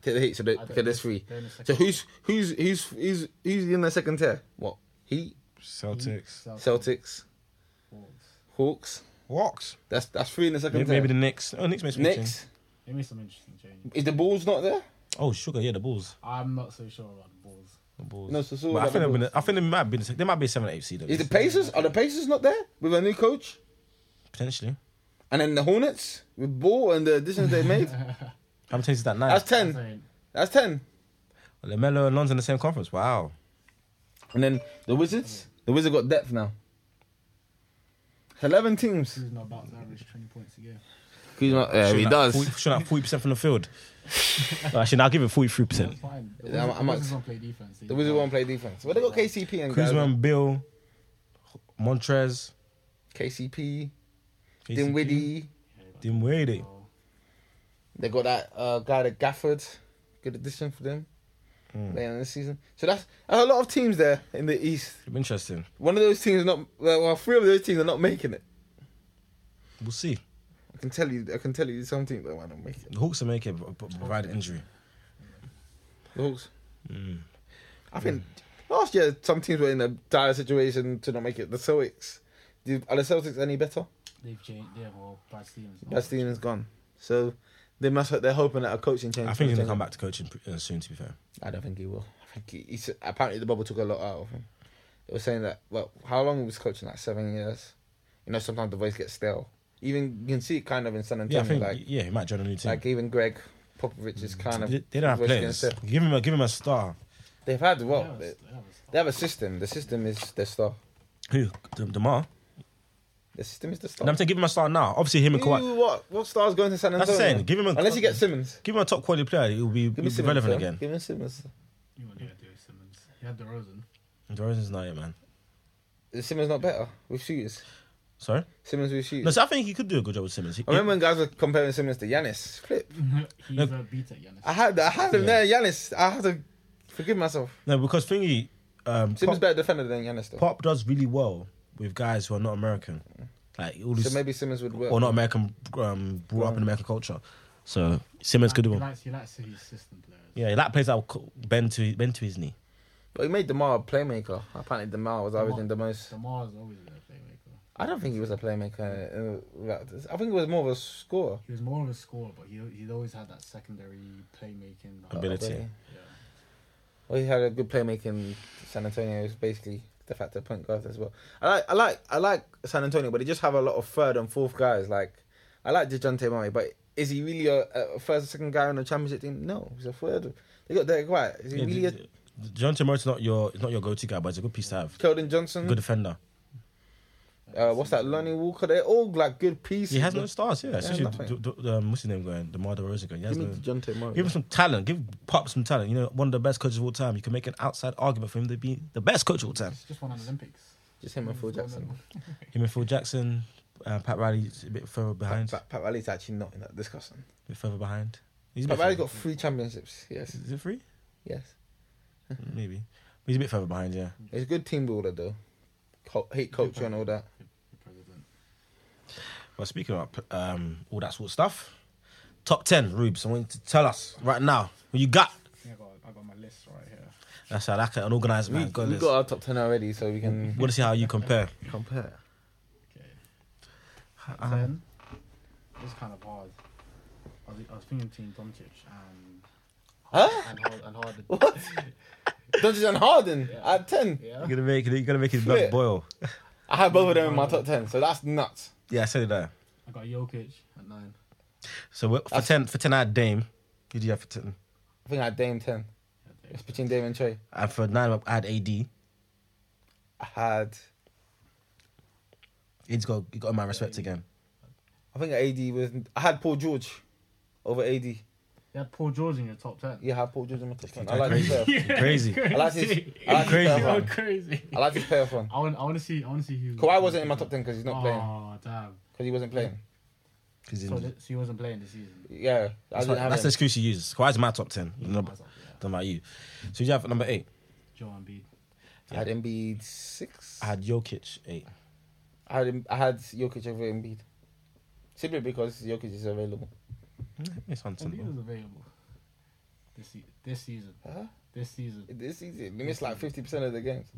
[SPEAKER 2] take the Heat? So they,
[SPEAKER 4] I
[SPEAKER 2] okay,
[SPEAKER 4] don't-
[SPEAKER 2] there's three.
[SPEAKER 4] they're in the
[SPEAKER 2] So
[SPEAKER 4] second-
[SPEAKER 2] who's who's who's who's who's in the second tier? What Heat,
[SPEAKER 3] Celtics.
[SPEAKER 2] Celtics,
[SPEAKER 4] Hawks.
[SPEAKER 2] Hawks.
[SPEAKER 3] Walks.
[SPEAKER 2] That's that's three in the second
[SPEAKER 3] Maybe, maybe the
[SPEAKER 2] tier.
[SPEAKER 3] Knicks. Oh, Knicks makes Knicks.
[SPEAKER 2] Next
[SPEAKER 4] They made some interesting changes.
[SPEAKER 2] is the Bulls not there?
[SPEAKER 3] Oh, sugar. Yeah, the Bulls.
[SPEAKER 4] I'm not so sure about the Bulls.
[SPEAKER 3] The Bulls.
[SPEAKER 2] No, so it's all
[SPEAKER 3] But I
[SPEAKER 2] about
[SPEAKER 3] think
[SPEAKER 2] the
[SPEAKER 3] they've been.
[SPEAKER 2] Bulls.
[SPEAKER 3] I think they might be. They might be a seven or eight seed. at
[SPEAKER 2] Is the
[SPEAKER 3] least,
[SPEAKER 2] Pacers are the Pacers not there with a new coach?
[SPEAKER 3] potentially.
[SPEAKER 2] And then the Hornets with Ball and the additions they made.
[SPEAKER 3] How many teams is that nine?
[SPEAKER 2] That's
[SPEAKER 4] I'm
[SPEAKER 2] ten.
[SPEAKER 4] saying,
[SPEAKER 2] That's ten.
[SPEAKER 3] Lamelo and Lonzo in the same conference. Wow.
[SPEAKER 2] And then the Wizards. The Wizards got depth now. It's Eleven teams.
[SPEAKER 4] who's not about to average 20 points a game?
[SPEAKER 2] He's not- yeah, he
[SPEAKER 3] Shooting at
[SPEAKER 2] does.
[SPEAKER 3] 40 Shooting at forty percent from the field. well, actually, now I'll give it forty-three
[SPEAKER 4] That's
[SPEAKER 3] percent.
[SPEAKER 4] fine. The
[SPEAKER 2] Yeah, I'm- I'm
[SPEAKER 4] Wizards, the
[SPEAKER 2] out.
[SPEAKER 4] Wizards don't play defense.
[SPEAKER 2] The Wizards won't play defense. But they got KCP and guys. uh,
[SPEAKER 3] Kuzma, and Bill, Montrez,
[SPEAKER 2] KCP,
[SPEAKER 3] KCP,
[SPEAKER 2] Dinwiddie.
[SPEAKER 3] Dinwiddie.
[SPEAKER 4] So,
[SPEAKER 2] They got that uh, guy, that Gafford. Good addition for them
[SPEAKER 3] Mm.
[SPEAKER 2] later in the season. So that's, that's a lot of teams there in the East.
[SPEAKER 3] Interesting.
[SPEAKER 2] One of those teams not well, three of those teams are not making it.
[SPEAKER 3] We'll see.
[SPEAKER 2] I can tell you, I can tell you some teams that might not make it.
[SPEAKER 3] The Hawks will make it, but but provide injury.
[SPEAKER 2] The Hawks.
[SPEAKER 3] Mm.
[SPEAKER 2] I think last year some teams were in a dire situation to not make it. The Celtics, do, are the Celtics any better?
[SPEAKER 4] they've changed. Yeah, well, Brad Stevens.
[SPEAKER 2] That team is gone, so they must. They're hoping that a coaching change.
[SPEAKER 3] I think he's
[SPEAKER 2] will
[SPEAKER 3] gonna come back to coaching pre- uh, soon. To be fair,
[SPEAKER 2] I don't think he will. I think he, he's, apparently the bubble took a lot out of him. They were saying that. Well, how long he was coaching? Like seven years. You know, sometimes the voice gets stale. Even you can see it kind of in San Antonio,
[SPEAKER 3] yeah, I think
[SPEAKER 2] like
[SPEAKER 3] yeah, he might join a new team.
[SPEAKER 2] like even Greg Popovich is kind of
[SPEAKER 3] they, they don't have
[SPEAKER 2] voice getting
[SPEAKER 3] players.
[SPEAKER 2] stale.
[SPEAKER 3] Give him a give him a star.
[SPEAKER 2] They've had
[SPEAKER 4] They
[SPEAKER 2] well,
[SPEAKER 4] have a-
[SPEAKER 2] they,
[SPEAKER 4] they have a star.
[SPEAKER 2] they have a system. The system is their stuff.
[SPEAKER 3] Who? D- Demar.
[SPEAKER 2] The system is the
[SPEAKER 3] And I'm
[SPEAKER 2] stuff.
[SPEAKER 3] saying give him a star now. Obviously him and Kawhi.
[SPEAKER 2] Who, what what stars going to San Antonio?
[SPEAKER 3] That's what I'm saying. Give him a
[SPEAKER 2] Unless you get Simmons.
[SPEAKER 3] give him a top quality player. He'll be,
[SPEAKER 2] Give me
[SPEAKER 3] he'll be
[SPEAKER 2] Simmons.
[SPEAKER 3] relevant
[SPEAKER 2] yeah?
[SPEAKER 3] again.
[SPEAKER 2] Give me Simmons.
[SPEAKER 4] You want to do Simmons. You had DeRozan.
[SPEAKER 3] DeRozan's not it, man.
[SPEAKER 2] Is Simmons not better with shooters.
[SPEAKER 3] Sorry.
[SPEAKER 2] Simmons with shooters.
[SPEAKER 3] No, so I think he could do a good job with Simmons. He-
[SPEAKER 2] I remember when guys were comparing Simmons to Yanis. Flip.
[SPEAKER 4] He's a beat at Giannis.
[SPEAKER 2] I had I had him there. Yanis. I had to forgive myself.
[SPEAKER 3] no, because thingy, um,
[SPEAKER 2] Simmons
[SPEAKER 3] Pop,
[SPEAKER 2] better defender than Yanis though.
[SPEAKER 3] Pop does really well with guys who are not American, like all
[SPEAKER 2] So
[SPEAKER 3] these
[SPEAKER 2] maybe Mm. Simmons would work.
[SPEAKER 3] or not American, um, brought up in American culture. So Simmons could do
[SPEAKER 4] he
[SPEAKER 3] one.
[SPEAKER 4] likes, he likes his system players.
[SPEAKER 3] Yeah, that plays out bend to bend to his knee.
[SPEAKER 2] But he made Demar a playmaker. Apparently Demar was always
[SPEAKER 4] Demar-
[SPEAKER 2] in the most.
[SPEAKER 4] Damar's always been a playmaker.
[SPEAKER 2] I don't think he was a playmaker. uh, uh, I think he was more of a scorer.
[SPEAKER 4] He was more of a scorer, but he he'd always had that secondary playmaking
[SPEAKER 3] Ability.
[SPEAKER 4] Yeah.
[SPEAKER 2] Well, he had a good playmaking. San Antonio is basically de facto point guard as well. I like, I like, I like San Antonio, but they just have a lot of third and fourth guys. Like, I like Dejounte Murray, but is he really a, a first or second guy on the championship team? No, he's a third. They got Derek White. Is he really a
[SPEAKER 3] John Timmer's not your it's not your go to guy, but it's a good piece to have.
[SPEAKER 2] Keldon Johnson?
[SPEAKER 3] Good defender.
[SPEAKER 2] Uh, what's that? Lonnie Walker. They're all like good pieces.
[SPEAKER 3] He has no stars, yeah. Especially
[SPEAKER 2] nothing.
[SPEAKER 3] the, the, the, um, what's his name going? The Mar DeRozan guy. He has
[SPEAKER 2] Give me
[SPEAKER 3] no-
[SPEAKER 2] Dejounte Murray.
[SPEAKER 3] Give him some talent. Give Pop some talent. You know, one of the best coaches of all time. You can make an outside argument for him to be the best coach of all time.
[SPEAKER 4] It's just won an Olympics.
[SPEAKER 2] Just him and Phil Jackson.
[SPEAKER 3] Him and Phil Jackson, uh, Pat Riley's a bit further behind.
[SPEAKER 2] Pat, Pat Riley's actually not in that discussion.
[SPEAKER 3] A bit further behind. He's a bit
[SPEAKER 2] Pat Riley's
[SPEAKER 3] further-
[SPEAKER 2] got three championships. Yes,
[SPEAKER 3] Is it three?
[SPEAKER 2] yes.
[SPEAKER 3] Maybe. But he's a bit further behind, yeah.
[SPEAKER 2] He's a good team builder though. Co- hate culture and all that.
[SPEAKER 4] The president.
[SPEAKER 3] Well, speaking of um, all that sort of stuff, top 10, Rubes, I want you to tell us right now who you got.
[SPEAKER 4] I think I got, I got my list right here.
[SPEAKER 3] That's how like an organized
[SPEAKER 2] We,
[SPEAKER 3] man. Got
[SPEAKER 2] we
[SPEAKER 3] this.
[SPEAKER 2] got our top ten already, so we can
[SPEAKER 3] want to see how you compare.
[SPEAKER 2] compare.
[SPEAKER 4] Okay.
[SPEAKER 3] Uh,
[SPEAKER 2] um,
[SPEAKER 4] Ten. It's kind of hard. I was, I was thinking between Doncic and
[SPEAKER 2] Huh?
[SPEAKER 4] and Hard and Harden.
[SPEAKER 2] What? Dungeons and Harden
[SPEAKER 4] Yeah.
[SPEAKER 2] at ten.
[SPEAKER 4] Yeah.
[SPEAKER 3] You're gonna make it. You're gonna make his
[SPEAKER 2] Shit.
[SPEAKER 3] blood boil.
[SPEAKER 2] I had both of them in my top ten, so that's nuts.
[SPEAKER 3] Yeah, I said it there.
[SPEAKER 4] I got Jokic at nine.
[SPEAKER 3] So we're- for
[SPEAKER 2] That's-
[SPEAKER 3] ten, for ten, I had Dame. Who do you have for ten?
[SPEAKER 2] I think I had Dame ten. It's between Dame and Trey.
[SPEAKER 3] And for nine, I had AD.
[SPEAKER 2] I had.
[SPEAKER 3] He's got he got my respect again.
[SPEAKER 2] I think AD was. I had Paul George over AD.
[SPEAKER 4] You had Paul George in your top ten.
[SPEAKER 2] Yeah, I had Paul George in my top ten. I
[SPEAKER 3] You're
[SPEAKER 2] like his
[SPEAKER 3] crazy.
[SPEAKER 2] pair.
[SPEAKER 3] You're crazy.
[SPEAKER 2] I like his. I like his
[SPEAKER 3] Crazy.
[SPEAKER 2] pair of
[SPEAKER 4] You're
[SPEAKER 2] one.
[SPEAKER 4] crazy.
[SPEAKER 2] I like his pair of one.
[SPEAKER 4] I want. I want to see. I want to see who.
[SPEAKER 2] Kawhi wasn't in my top ten because he's not playing.
[SPEAKER 4] Oh damn!
[SPEAKER 2] Because he wasn't playing.
[SPEAKER 3] 'Cause he's-
[SPEAKER 4] So, th- so he wasn't playing this season.
[SPEAKER 2] Yeah, I
[SPEAKER 3] That's,
[SPEAKER 2] didn't
[SPEAKER 3] what,
[SPEAKER 2] have
[SPEAKER 3] that's the
[SPEAKER 2] him.
[SPEAKER 3] excuse you use. Kawhi's my top ten. No,
[SPEAKER 4] That's up, yeah.
[SPEAKER 3] don't about you. So you have at number eight.
[SPEAKER 4] Joe Embiid.
[SPEAKER 2] I had Embiid six.
[SPEAKER 3] I had Jokic eight.
[SPEAKER 2] I had I had Jokic over Embiid. Simply because Jokic is available.
[SPEAKER 3] Mm, It's
[SPEAKER 4] Embiid
[SPEAKER 3] untenable.
[SPEAKER 4] was available. This se- this season.
[SPEAKER 2] Huh?
[SPEAKER 4] This season.
[SPEAKER 2] This season, he missed like fifty percent of the games.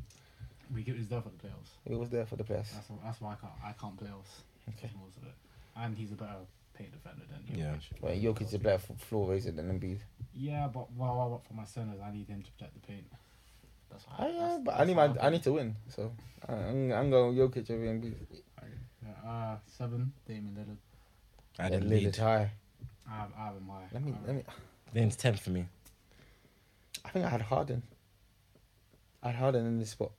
[SPEAKER 4] We get his there for the playoffs.
[SPEAKER 2] He was there for the playoffs.
[SPEAKER 4] That's wh- that's why I can't I can't playoffs.
[SPEAKER 2] Okay.
[SPEAKER 4] Most of it. And he's a better paid defender than Jokic.
[SPEAKER 3] Yeah.
[SPEAKER 2] Well, Jokic is a better f- floor raiser than Embiid.
[SPEAKER 4] Yeah, but while I work for my centers, I need him to protect the paint. That's why.
[SPEAKER 2] I,
[SPEAKER 4] that's-
[SPEAKER 2] yeah, but I
[SPEAKER 4] that's
[SPEAKER 2] need
[SPEAKER 4] why
[SPEAKER 2] my,
[SPEAKER 4] I'm-
[SPEAKER 2] I need to win. So I- I'm, I'm going Jokic over Embiid.
[SPEAKER 4] Yeah, uh, seven, Damon Lillard.
[SPEAKER 3] I had
[SPEAKER 2] Lillard
[SPEAKER 3] Embiid.
[SPEAKER 2] high.
[SPEAKER 4] I have, I have him high.
[SPEAKER 2] Let me
[SPEAKER 4] I
[SPEAKER 2] let me.
[SPEAKER 3] Dame's ten for me.
[SPEAKER 2] I think I had Harden. I had Harden in this spot.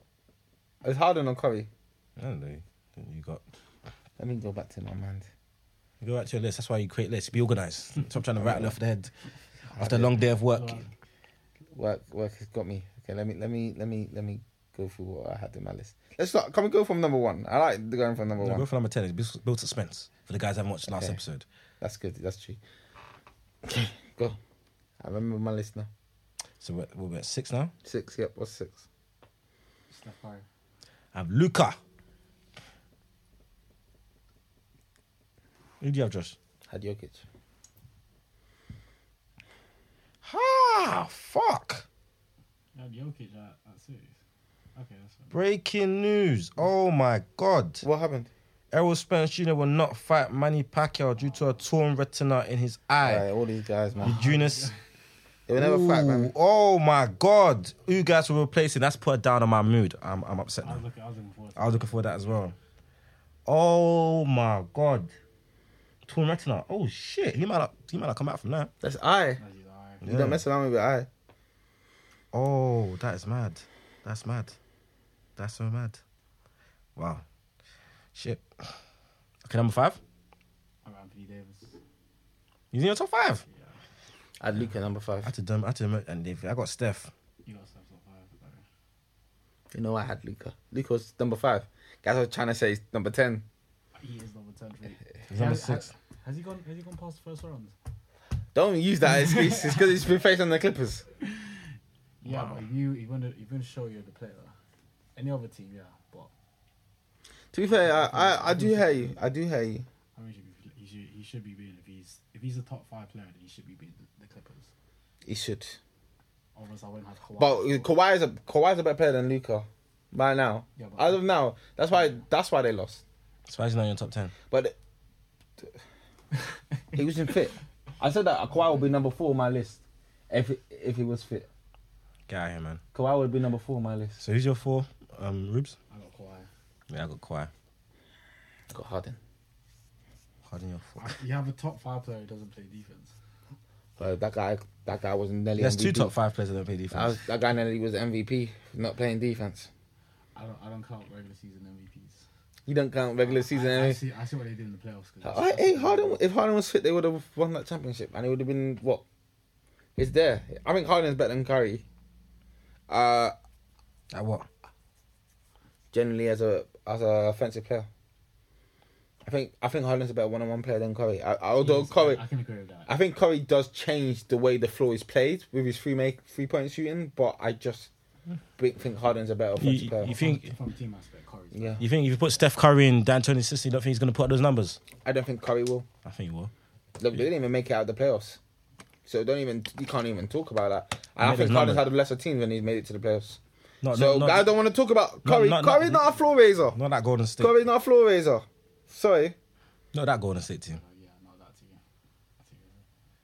[SPEAKER 2] It was Harden on Curry.
[SPEAKER 3] I don't know. You got.
[SPEAKER 2] Let me go back to my mind.
[SPEAKER 3] You go back to your list. That's why you create lists. Be organized. Stop trying to rattle off the head after a long day of work.
[SPEAKER 4] Well,
[SPEAKER 2] Work work has got me. Okay, let me let me let me let me go through what I had in my list. Let's start. Can we go from number one? I like going from number
[SPEAKER 3] No,
[SPEAKER 2] one.
[SPEAKER 3] go for number ten. It builds- builds suspense for the guys that haven't watched last
[SPEAKER 2] Okay.
[SPEAKER 3] episode.
[SPEAKER 2] That's good. That's true. Okay, go. I remember my list now.
[SPEAKER 3] So we're, we're at six now.
[SPEAKER 2] Six. Yep. What's six?
[SPEAKER 4] Steph Curry.
[SPEAKER 3] I have Luca. Who do you have, Josh?
[SPEAKER 2] Had Jokic.
[SPEAKER 3] Ah, fuck.
[SPEAKER 4] Yeah, Jokic at, at six. Okay, that's fine.
[SPEAKER 3] Breaking news. Oh my god.
[SPEAKER 2] What happened?
[SPEAKER 3] Errol Spence Jr. will not fight Manny Pacquiao due to a torn retina in his
[SPEAKER 2] Alright,
[SPEAKER 3] eye.
[SPEAKER 2] all these guys, man.
[SPEAKER 3] Eugenius.
[SPEAKER 2] They will never fight,
[SPEAKER 3] Ooh,
[SPEAKER 2] man.
[SPEAKER 3] Oh my god. Who guys will replace him? That's put a down on my mood. I'm, I'm upset
[SPEAKER 4] I
[SPEAKER 3] now.
[SPEAKER 4] was looking. I was looking forward. To
[SPEAKER 3] I was looking for that as well. Oh my god. Torn retina. Oh shit. He might not he might not come out from that.
[SPEAKER 2] That's I.
[SPEAKER 4] it. As he's high.
[SPEAKER 2] You
[SPEAKER 3] Yeah.
[SPEAKER 2] don't mess around with your eye.
[SPEAKER 3] Oh, that is mad. That's mad. That's so mad. Wow. Shit. Okay, number five.
[SPEAKER 4] I got Anthony Davis.
[SPEAKER 3] He's in your top five.
[SPEAKER 4] Yeah,
[SPEAKER 2] I had Luca number
[SPEAKER 3] I
[SPEAKER 2] five.
[SPEAKER 3] had to dumb, I had to admit- and if I got Steph.
[SPEAKER 4] you got Steph at five. Though.
[SPEAKER 2] You know I had Luca. Luca was number five. Guys, I was trying to say he's number ten.
[SPEAKER 4] He is number ten. For me.
[SPEAKER 3] He's number
[SPEAKER 4] Has-
[SPEAKER 3] six.
[SPEAKER 4] Has, has he gone? Has he gone past the first round?
[SPEAKER 2] Don't use that excuse. It's because he's been facing the Clippers.
[SPEAKER 4] Yeah, but if you, you're gonna, you're gonna show you're the player. Any other team, yeah, but
[SPEAKER 2] To be fair, I, I, I do hear you. I do hear you.
[SPEAKER 4] I mean, he should be, he should, he should be being if he's if he's a top five player, then he should be being the, the Clippers.
[SPEAKER 2] He should.
[SPEAKER 4] Otherwise, I wouldn't have Kawhi.
[SPEAKER 2] But Kawhi is a Kawhi is a better player than Luca. By now,
[SPEAKER 4] Yeah, but-
[SPEAKER 2] as of now, that's why that's why they lost.
[SPEAKER 3] So why is he not in your top ten?
[SPEAKER 2] But he wasn't fit. I said that Kawhi would be number four on my list if if he was fit.
[SPEAKER 3] Get out of here, man.
[SPEAKER 2] Kawhi would be number four on my list.
[SPEAKER 3] So who's your four? Um Rubes?
[SPEAKER 4] I got Kawhi.
[SPEAKER 3] Yeah, I got Kawhi.
[SPEAKER 2] Got Harden.
[SPEAKER 3] Harden your four.
[SPEAKER 4] You have a top five player who doesn't play defense.
[SPEAKER 2] Uh, that guy, that guy was nearly.
[SPEAKER 3] There's
[SPEAKER 2] MVP.
[SPEAKER 3] two top five players that don't play defense.
[SPEAKER 2] That, was, that guy nearly was MVP, not playing defense.
[SPEAKER 4] I don't, I don't count regular season MVPs.
[SPEAKER 2] You don't count regular season.
[SPEAKER 4] I, I
[SPEAKER 2] anyway.
[SPEAKER 4] see. I see what they did in the playoffs. 'cause
[SPEAKER 2] I, hey, Harden, if Harden was fit, they would have won that championship, and it would have been what? It's there. I think Harden's better than Curry. Uh,
[SPEAKER 3] At what?
[SPEAKER 2] generally as a as a offensive player, I think I think Harden's a better one-on-one player than Curry. I, I- although
[SPEAKER 4] Yes,
[SPEAKER 2] Curry,
[SPEAKER 3] uh,
[SPEAKER 4] I, I can agree with that.
[SPEAKER 2] I think Curry does change the way the floor is played with his three make three point shooting, but I just think think Harden's a better
[SPEAKER 3] Hmm. You,
[SPEAKER 2] offensive player.
[SPEAKER 3] you think?
[SPEAKER 4] From- from a team aspect, Curry's
[SPEAKER 2] yeah,
[SPEAKER 3] You think if you put Steph Curry and D'Antoni Sissy, you don't think he's gonna put up those numbers?
[SPEAKER 2] I don't think Curry will.
[SPEAKER 3] I think he will.
[SPEAKER 2] Look, they didn't even make it out of the playoffs. So don't even you can't even talk about that. And I
[SPEAKER 3] Made
[SPEAKER 2] think
[SPEAKER 3] his
[SPEAKER 2] Harden's
[SPEAKER 3] number.
[SPEAKER 2] had a lesser team than he's made it to the playoffs.
[SPEAKER 3] Not,
[SPEAKER 2] so
[SPEAKER 3] not,
[SPEAKER 2] I
[SPEAKER 3] not,
[SPEAKER 2] don't want to talk about Curry.
[SPEAKER 3] not-
[SPEAKER 2] Curry's
[SPEAKER 3] not-
[SPEAKER 2] not, a floor raiser.
[SPEAKER 3] not that Golden State.
[SPEAKER 2] Curry's not a floor raiser. Sorry.
[SPEAKER 3] Not that Golden State team.
[SPEAKER 4] Oh, yeah, no, that too. That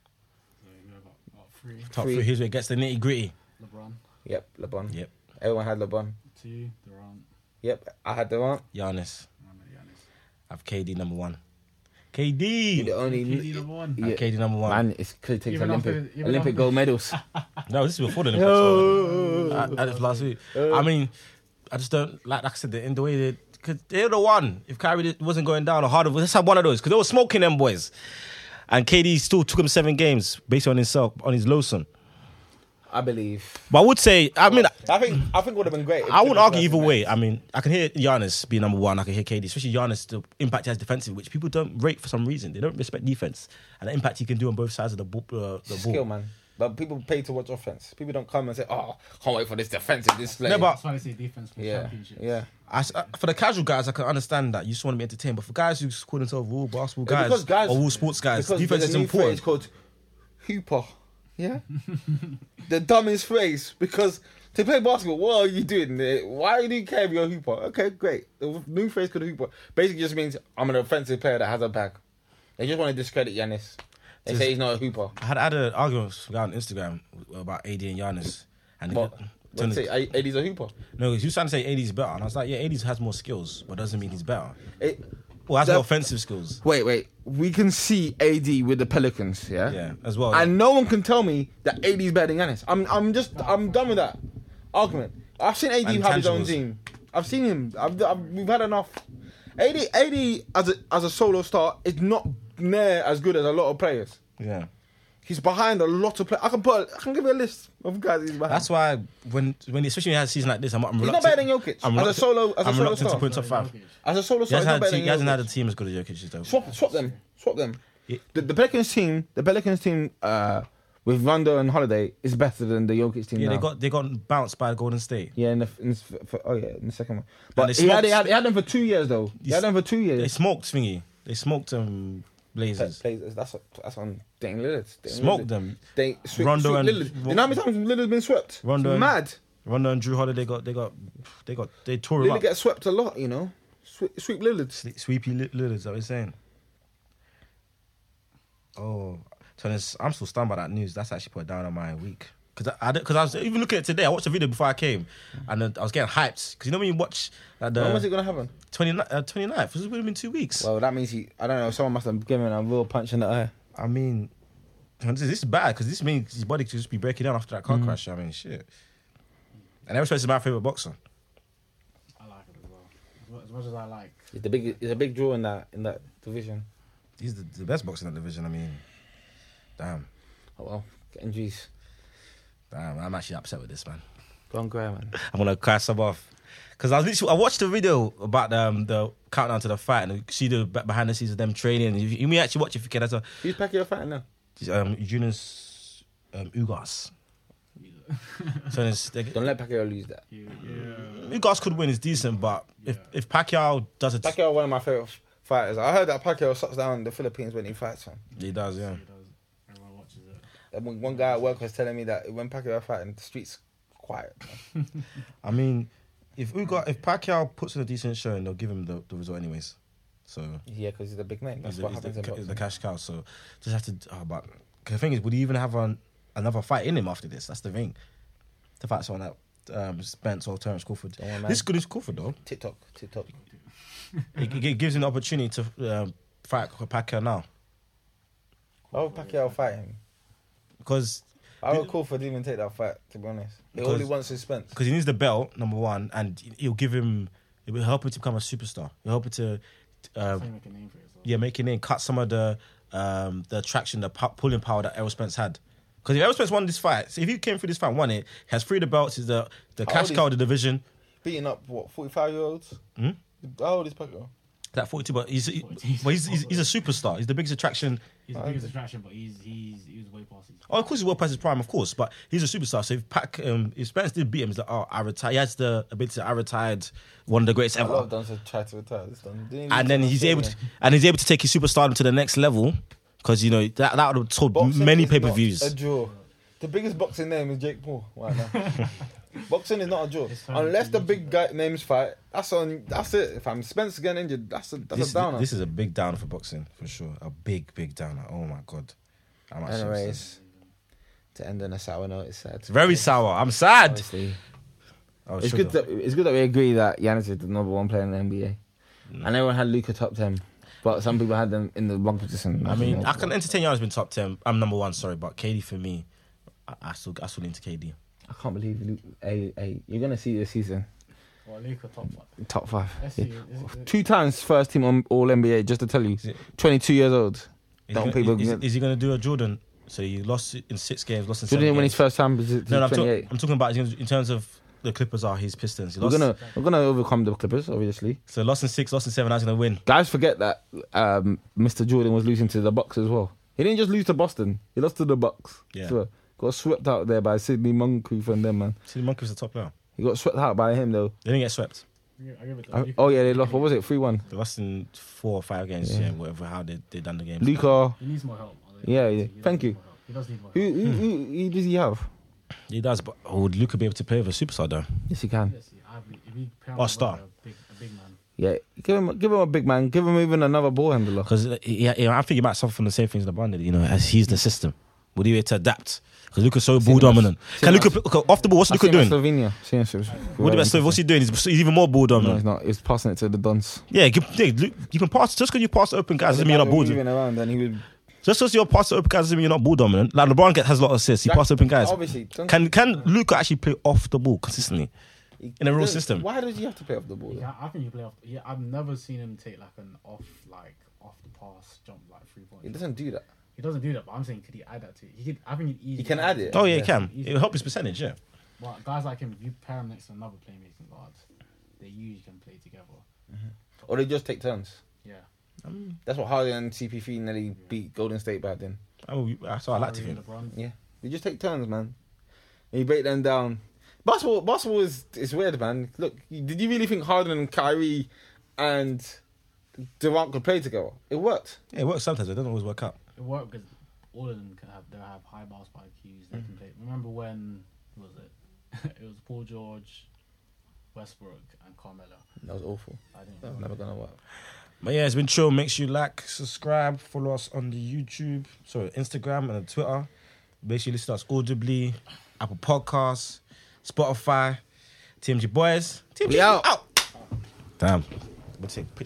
[SPEAKER 4] too. So you know about, about three.
[SPEAKER 3] Top
[SPEAKER 2] Three.
[SPEAKER 3] three. Here's where it gets the nitty gritty.
[SPEAKER 4] LeBron,
[SPEAKER 2] Yep, LeBron.
[SPEAKER 3] Yep.
[SPEAKER 2] Everyone had LeBron.
[SPEAKER 4] two. Durant,
[SPEAKER 2] Yep, I had Durant.
[SPEAKER 3] Giannis.
[SPEAKER 4] and then Giannis.
[SPEAKER 3] I've KD number one.
[SPEAKER 2] You
[SPEAKER 3] KD.
[SPEAKER 2] the only
[SPEAKER 4] KD number one.
[SPEAKER 3] I've
[SPEAKER 2] Yeah.
[SPEAKER 3] KD number one.
[SPEAKER 2] man. It's clearly takes
[SPEAKER 4] Even
[SPEAKER 2] Olympic
[SPEAKER 4] after- even
[SPEAKER 2] Olympic
[SPEAKER 4] after-
[SPEAKER 2] gold medals.
[SPEAKER 3] No, this is before the Olympics. so- I, I, last week. I mean, I just don't like. like I said, the, in the way they, cause they're the one. If Kyrie did- wasn't going down or harder, let's have one of those because they were smoking them boys. And KD still took him seven games based on himself on his Lawson.
[SPEAKER 2] I believe.
[SPEAKER 3] But I would say, I mean,
[SPEAKER 2] I think I think would have been great. if
[SPEAKER 3] I would
[SPEAKER 2] Clippers
[SPEAKER 3] argue
[SPEAKER 2] were
[SPEAKER 3] either
[SPEAKER 2] in there.
[SPEAKER 3] way. I mean, I can hear Giannis be number one. I can hear KD, especially Giannis, the impact he has defensive, which people don't rate for some reason. They don't respect defense and the impact he can do on both sides of the ball. Uh, the
[SPEAKER 2] Skill,
[SPEAKER 3] ball.
[SPEAKER 2] man. But people pay to watch offense. People don't come and say, "Oh, can't wait for this defensive display."
[SPEAKER 3] No, but
[SPEAKER 4] That's why they say defense for
[SPEAKER 2] yeah,
[SPEAKER 4] championships.
[SPEAKER 2] yeah.
[SPEAKER 3] I s- uh, for the casual guys, I can understand that you just want to be entertained. But for guys who just call themselves all basketball
[SPEAKER 2] Yeah,
[SPEAKER 3] guys,
[SPEAKER 2] because guys-
[SPEAKER 3] or all sports guys,
[SPEAKER 2] Because
[SPEAKER 3] defense
[SPEAKER 2] there's
[SPEAKER 3] is
[SPEAKER 2] a new
[SPEAKER 3] important.
[SPEAKER 2] Phrase called hooper. Yeah, the dumbest phrase because to play basketball, what are you doing? Eh, Why do you care if you're a hooper? Okay, great. The new phrase called hooper basically just means I'm an offensive player that has a bag. They just want to discredit Yanis. They
[SPEAKER 3] Just-
[SPEAKER 2] say he's not a hooper.
[SPEAKER 3] I had, I had an argument with a guy on Instagram about AD and Giannis, and
[SPEAKER 2] What?
[SPEAKER 3] Tony-
[SPEAKER 2] Let's say eh, eh, he's a hooper.
[SPEAKER 3] no, he was trying to say AD is better, and I was like, yeah, AD has more skills, but doesn't mean he's better.
[SPEAKER 2] It,
[SPEAKER 3] Well, has
[SPEAKER 2] That-
[SPEAKER 3] more offensive skills,
[SPEAKER 2] wait, wait. We can see AD with the Pelicans. Yeah.
[SPEAKER 3] yeah, as well.
[SPEAKER 2] And no one can tell me that AD is better than Giannis. I'm I'm just I'm done with that argument. I've seen AD
[SPEAKER 3] And
[SPEAKER 2] have his own
[SPEAKER 3] tangibles.
[SPEAKER 2] team. I've seen him. I've, I've, we've had enough. AD AD as a as a solo star is not near as good as a lot of players.
[SPEAKER 3] yeah.
[SPEAKER 2] He's behind a lot of players. I can put I can give you a list of guys he's behind.
[SPEAKER 3] That's why when when especially when he has a season like this, I'm, I'm
[SPEAKER 2] he's not
[SPEAKER 3] reluctant.
[SPEAKER 2] better than Jokic as
[SPEAKER 3] I'm
[SPEAKER 2] a
[SPEAKER 3] reluctant,
[SPEAKER 2] solo as a
[SPEAKER 3] I'm
[SPEAKER 2] solo
[SPEAKER 3] reluctant
[SPEAKER 2] star.
[SPEAKER 3] to put him top five.
[SPEAKER 4] Jokic.
[SPEAKER 2] As a solo
[SPEAKER 3] He
[SPEAKER 2] star, he's
[SPEAKER 3] hasn't,
[SPEAKER 2] not
[SPEAKER 3] had a
[SPEAKER 2] better
[SPEAKER 3] team,
[SPEAKER 2] than
[SPEAKER 3] he hasn't
[SPEAKER 2] Jokic.
[SPEAKER 3] had a team as good as Jokic though.
[SPEAKER 2] Swap, swap them, swap them.
[SPEAKER 3] Yeah.
[SPEAKER 2] The, the Pelicans team, the Pelicans team uh, with Rondo and Holiday is better than the Jokic team.
[SPEAKER 3] Yeah, they
[SPEAKER 2] now.
[SPEAKER 3] got they got bounced by Golden State.
[SPEAKER 2] Yeah, in the, in the f- for, oh yeah, in the second one. But
[SPEAKER 3] they
[SPEAKER 2] he had,
[SPEAKER 3] smoked-
[SPEAKER 2] he, had, he had them for two years though. He had them for two
[SPEAKER 3] They
[SPEAKER 2] years.
[SPEAKER 3] smoked thingy. They smoked um Blazers.
[SPEAKER 2] Blazers. That's that's on Dane Lillard. Dane
[SPEAKER 3] Smoked
[SPEAKER 2] Lillard.
[SPEAKER 3] them.
[SPEAKER 2] They sweep,
[SPEAKER 3] Rondo
[SPEAKER 2] Rondo sweep
[SPEAKER 3] and-
[SPEAKER 2] Lillard. You know how many times Lillard's been swept?
[SPEAKER 3] Rondo
[SPEAKER 2] It's
[SPEAKER 3] and-
[SPEAKER 2] mad.
[SPEAKER 3] Rondo and Drew Holiday got they got they got they tore him
[SPEAKER 2] Lillard
[SPEAKER 3] up.
[SPEAKER 2] gets swept a lot, you know. Sweep, sweep Lillard.
[SPEAKER 3] Sle- Sweepy li- Lillard, is that what you're saying? Oh, so this, I'm still stunned by that news. That's actually put down on my week. Cause I, I, did- cause I was even looking at it today. I watched a video before I came, and then I was getting hyped. Cause you know when you watch like
[SPEAKER 2] when was it
[SPEAKER 3] the
[SPEAKER 2] gonna happen?
[SPEAKER 3] 29th, uh, 29th, this would have been two weeks.
[SPEAKER 2] Well, that means he. I don't know. Someone must have given him a real punch in the eye.
[SPEAKER 3] I mean, this is bad because this means his body could just be breaking down after that
[SPEAKER 2] Mm.
[SPEAKER 3] car crash. I mean, shit. And Aerospace is my favorite boxer.
[SPEAKER 4] I like it as well. As mu- As much as I like,
[SPEAKER 2] It's the big. It's a big draw in that in that division.
[SPEAKER 3] He's the, the best boxer in that division. I mean, damn,
[SPEAKER 2] Oh well, injuries.
[SPEAKER 3] damn. I'm actually upset with this man.
[SPEAKER 2] Go on, Graham, man.
[SPEAKER 3] I'm gonna cry some off because I was literally I watched the video about um, the countdown to the fight and you see the be- behind the scenes of them training. You, you may actually watch it if you can. That's a
[SPEAKER 2] Who's Pacquiao fighting now?
[SPEAKER 3] um, Jonas um, Ugas. so it's, they,
[SPEAKER 2] Don't let Pacquiao lose that.
[SPEAKER 4] yeah, yeah.
[SPEAKER 3] Ugas could win is decent, but if
[SPEAKER 4] Yeah.
[SPEAKER 3] if Pacquiao does it,
[SPEAKER 2] Pacquiao, one of my favorite fighters. I heard that Pacquiao shuts down the Philippines when he fights. Man.
[SPEAKER 3] he does. Yeah.
[SPEAKER 4] He does. Everyone watches it.
[SPEAKER 2] And When one guy at work was telling me that when Pacquiao fighting, the streets quiet. man.
[SPEAKER 3] I mean, if Uga, if Pacquiao puts in a decent show, and they'll give him the, the result anyways. So
[SPEAKER 2] Yeah, because he's a big name. That's
[SPEAKER 3] he's, the,
[SPEAKER 2] what
[SPEAKER 3] he's, the,
[SPEAKER 2] happens in
[SPEAKER 3] he's
[SPEAKER 2] boxing.
[SPEAKER 3] the cash cow. So just have to. Oh, but 'cause the thing is, would he even have an, another fight in him after this? That's the thing. To fight someone that um, Spence or Terence Crawford.
[SPEAKER 2] Don't worry, Oh, man.
[SPEAKER 3] This is good as Crawford though.
[SPEAKER 2] TikTok, TikTok.
[SPEAKER 3] It, it gives him the opportunity to um, fight Pacquiao now
[SPEAKER 2] Why would Pacquiao fight him?
[SPEAKER 3] because
[SPEAKER 2] I would Crawford even take that fight. To be honest, he
[SPEAKER 3] Because-
[SPEAKER 2] only wants suspense.
[SPEAKER 3] because he needs the belt number one, and he'll give him It will help him to become a superstar. It will help him to, uh,
[SPEAKER 4] Trying to make a name for yourself.
[SPEAKER 3] yeah, make it in, cut some of the um, the attraction, the pu- pulling power that Errol Spence had. Because if Errol Spence won this fight, so if he came through this fight, and won it, he has three of the belts, is the the
[SPEAKER 2] How
[SPEAKER 3] cash
[SPEAKER 2] old is-
[SPEAKER 3] cow of the division.
[SPEAKER 2] beating up what forty five year olds.
[SPEAKER 3] Hmm?
[SPEAKER 2] How old is Pacquiao?
[SPEAKER 3] That forty-two, but he's he-
[SPEAKER 4] 42.
[SPEAKER 3] well, he's, he's, he's a superstar. He's the biggest attraction.
[SPEAKER 4] He's the biggest attraction, but he's he's he was way past his.
[SPEAKER 3] Oh, of course, he's well past his prime, of course, but he's a superstar. So if Pac, um, if Spence did beat him, he's like, oh, I retired. He has the ability. to- I retired, one of the greatest
[SPEAKER 2] A
[SPEAKER 3] ever.
[SPEAKER 2] lot of dancers try to retire. This done. Didn't he
[SPEAKER 3] and then
[SPEAKER 2] do
[SPEAKER 3] he's
[SPEAKER 2] that
[SPEAKER 3] able
[SPEAKER 2] thing,
[SPEAKER 3] to and he's able to take his superstardom to the next level because you know that that would have sold
[SPEAKER 2] Boxing
[SPEAKER 3] many
[SPEAKER 2] is not
[SPEAKER 3] pay per views.
[SPEAKER 2] A draw. The biggest boxing name is Jake Paul right now. boxing is not a draw
[SPEAKER 4] It's time
[SPEAKER 2] unless
[SPEAKER 4] to
[SPEAKER 2] the
[SPEAKER 4] use
[SPEAKER 2] big guy names fight. That's on. That's it. If I'm Spence getting injured, that's a that's
[SPEAKER 3] This,
[SPEAKER 2] a downer.
[SPEAKER 3] this is a big downer for boxing for sure. A big big downer. Oh my god. I'm actually upset.
[SPEAKER 2] Anyways, to end on a sour note, it's sad.
[SPEAKER 3] It's very sour. I'm sad.
[SPEAKER 2] Honestly,
[SPEAKER 3] Oh,
[SPEAKER 2] it's
[SPEAKER 3] sugar.
[SPEAKER 2] good that it's good that we agree that Giannis is the number one player in the NBA, and everyone had Luca top ten, but some people had them in the wrong position.
[SPEAKER 3] I mean, I can entertain Giannis been top ten. I'm number one. Sorry, but KD for me, I, I still I still lean to KD.
[SPEAKER 2] I can't believe Luke, hey, hey, you're gonna see this season
[SPEAKER 4] Well, Luka top one.
[SPEAKER 2] top five.
[SPEAKER 4] Let's see. Is it,
[SPEAKER 2] Two times first team on All NBA. Just to tell you,
[SPEAKER 3] Is it-
[SPEAKER 2] 22 years old.
[SPEAKER 3] Is
[SPEAKER 2] Don't
[SPEAKER 3] he,
[SPEAKER 2] people
[SPEAKER 3] gonna- is,
[SPEAKER 2] get-
[SPEAKER 3] is he gonna do a Jordan? So you lost in six games, lost in
[SPEAKER 2] Jordan
[SPEAKER 3] seven
[SPEAKER 2] didn't win
[SPEAKER 3] games.
[SPEAKER 2] his first time. He's, he's
[SPEAKER 3] no, no, I'm, talk-
[SPEAKER 2] 28.
[SPEAKER 3] I'm talking about in terms of the Clippers are his Pistons. He
[SPEAKER 2] we're
[SPEAKER 3] lost,
[SPEAKER 2] gonna we're gonna overcome the Clippers, obviously.
[SPEAKER 3] so lost in six, lost in seven. I was gonna win.
[SPEAKER 2] Guys, forget that um, Mr. Jordan was losing to the Bucks as well. He didn't just lose to Boston. He lost to the Bucks.
[SPEAKER 3] Yeah.
[SPEAKER 2] Swear. Got swept out there by Sidney Moncrief and them man.
[SPEAKER 3] See, Monkey was the top player.
[SPEAKER 2] He got swept out by him though.
[SPEAKER 3] They didn't get swept.
[SPEAKER 4] I give it to
[SPEAKER 2] Uh,
[SPEAKER 4] Luka.
[SPEAKER 2] oh yeah, they lost. What was it? Three one.
[SPEAKER 3] They lost in four or five games.
[SPEAKER 2] Yeah.
[SPEAKER 3] Yeah, whatever. How they they done the game.
[SPEAKER 2] Luca.
[SPEAKER 4] He needs more help. I'll
[SPEAKER 2] Yeah,
[SPEAKER 4] give it
[SPEAKER 2] yeah.
[SPEAKER 4] to He does
[SPEAKER 2] Thank
[SPEAKER 4] need
[SPEAKER 2] you.
[SPEAKER 4] more help. He does need more
[SPEAKER 2] Who
[SPEAKER 4] help.
[SPEAKER 2] who, who who does he have?
[SPEAKER 3] He does, but oh, would Luca be able to play with a superstar though?
[SPEAKER 2] Yes, he can.
[SPEAKER 4] Yes, yeah, I agree. If he pair him
[SPEAKER 3] Oh,
[SPEAKER 4] with
[SPEAKER 3] star.
[SPEAKER 4] A big, a big man.
[SPEAKER 2] Yeah, give him give him a big man. Give him even another ball handler.
[SPEAKER 3] Because yeah, yeah, I think uh, he might suffer from the same things LeBron did. You know, as he's the system, would he be able to adapt? Because Luca's so
[SPEAKER 2] him
[SPEAKER 3] ball
[SPEAKER 2] as-
[SPEAKER 3] dominant.
[SPEAKER 2] seen
[SPEAKER 3] Can
[SPEAKER 2] him
[SPEAKER 3] Luca off the ball? What's
[SPEAKER 2] I've
[SPEAKER 3] Luca
[SPEAKER 2] seen him
[SPEAKER 3] doing?
[SPEAKER 2] at Slovenia. Seen him at Slovenia.
[SPEAKER 3] What about What's he doing? He's, he's even more ball
[SPEAKER 2] No,
[SPEAKER 3] dominant.
[SPEAKER 2] he's not. He's passing it to the Dons.
[SPEAKER 3] Yeah, give, yeah, Lu- you can pass just because you pass to open guys doesn't mean you're not ball. dominant.
[SPEAKER 2] moving around and he would.
[SPEAKER 3] Just because you pass to open guys doesn't mean you're not ball dominant. Like LeBron gets, has a lot of assists. He passes to open guys.
[SPEAKER 2] Obviously, don't-
[SPEAKER 3] Can can Luca actually play off the ball consistently?
[SPEAKER 2] he-
[SPEAKER 3] in a real
[SPEAKER 2] don't-
[SPEAKER 3] system.
[SPEAKER 2] Why does he have to play off the ball?
[SPEAKER 4] Yeah, I think he play off. Yeah, I've never seen him take like an off, like off the pass jump, like three point.
[SPEAKER 2] He doesn't do that.
[SPEAKER 4] He doesn't do that, but I'm saying could he add that to it? He could. I think he'd easily.
[SPEAKER 2] He can add it.
[SPEAKER 3] Oh yeah,
[SPEAKER 2] Yeah.
[SPEAKER 3] he can.
[SPEAKER 4] Easy.
[SPEAKER 3] It'll help his percentage. Yeah.
[SPEAKER 4] Well, guys like him, if you pair him next to another playmaking guard, they usually can play together.
[SPEAKER 2] Or they just take turns.
[SPEAKER 4] Yeah.
[SPEAKER 2] That's what Harden and CP3 nearly beat Golden State back then.
[SPEAKER 3] I mean, that's what I like to
[SPEAKER 4] Curry,
[SPEAKER 3] think.
[SPEAKER 4] LeBron.
[SPEAKER 2] Yeah, they just take turns, man. And you break them down. Basketball, basketball is it's weird, man. Look, did you really think Harden and Kyrie and Durant could play together? It worked.
[SPEAKER 3] Yeah, it works sometimes. It doesn't always work out.
[SPEAKER 4] It worked because all of them can have they have high basketball IQs.
[SPEAKER 2] Mm.
[SPEAKER 4] They can play. Remember when who was it? it was Paul George, Westbrook, and Carmelo.
[SPEAKER 2] That was awful.
[SPEAKER 4] I
[SPEAKER 2] That
[SPEAKER 4] didn't.
[SPEAKER 2] was never gonna work.
[SPEAKER 3] But yeah, it's been chill. Make sure you like, subscribe, follow us on the YouTube, sorry, Instagram and on Twitter. Make sure you listen to us audibly, Apple Podcasts, Spotify, TMG Boys. TMG
[SPEAKER 2] We out.
[SPEAKER 3] Damn. We'll take pictures.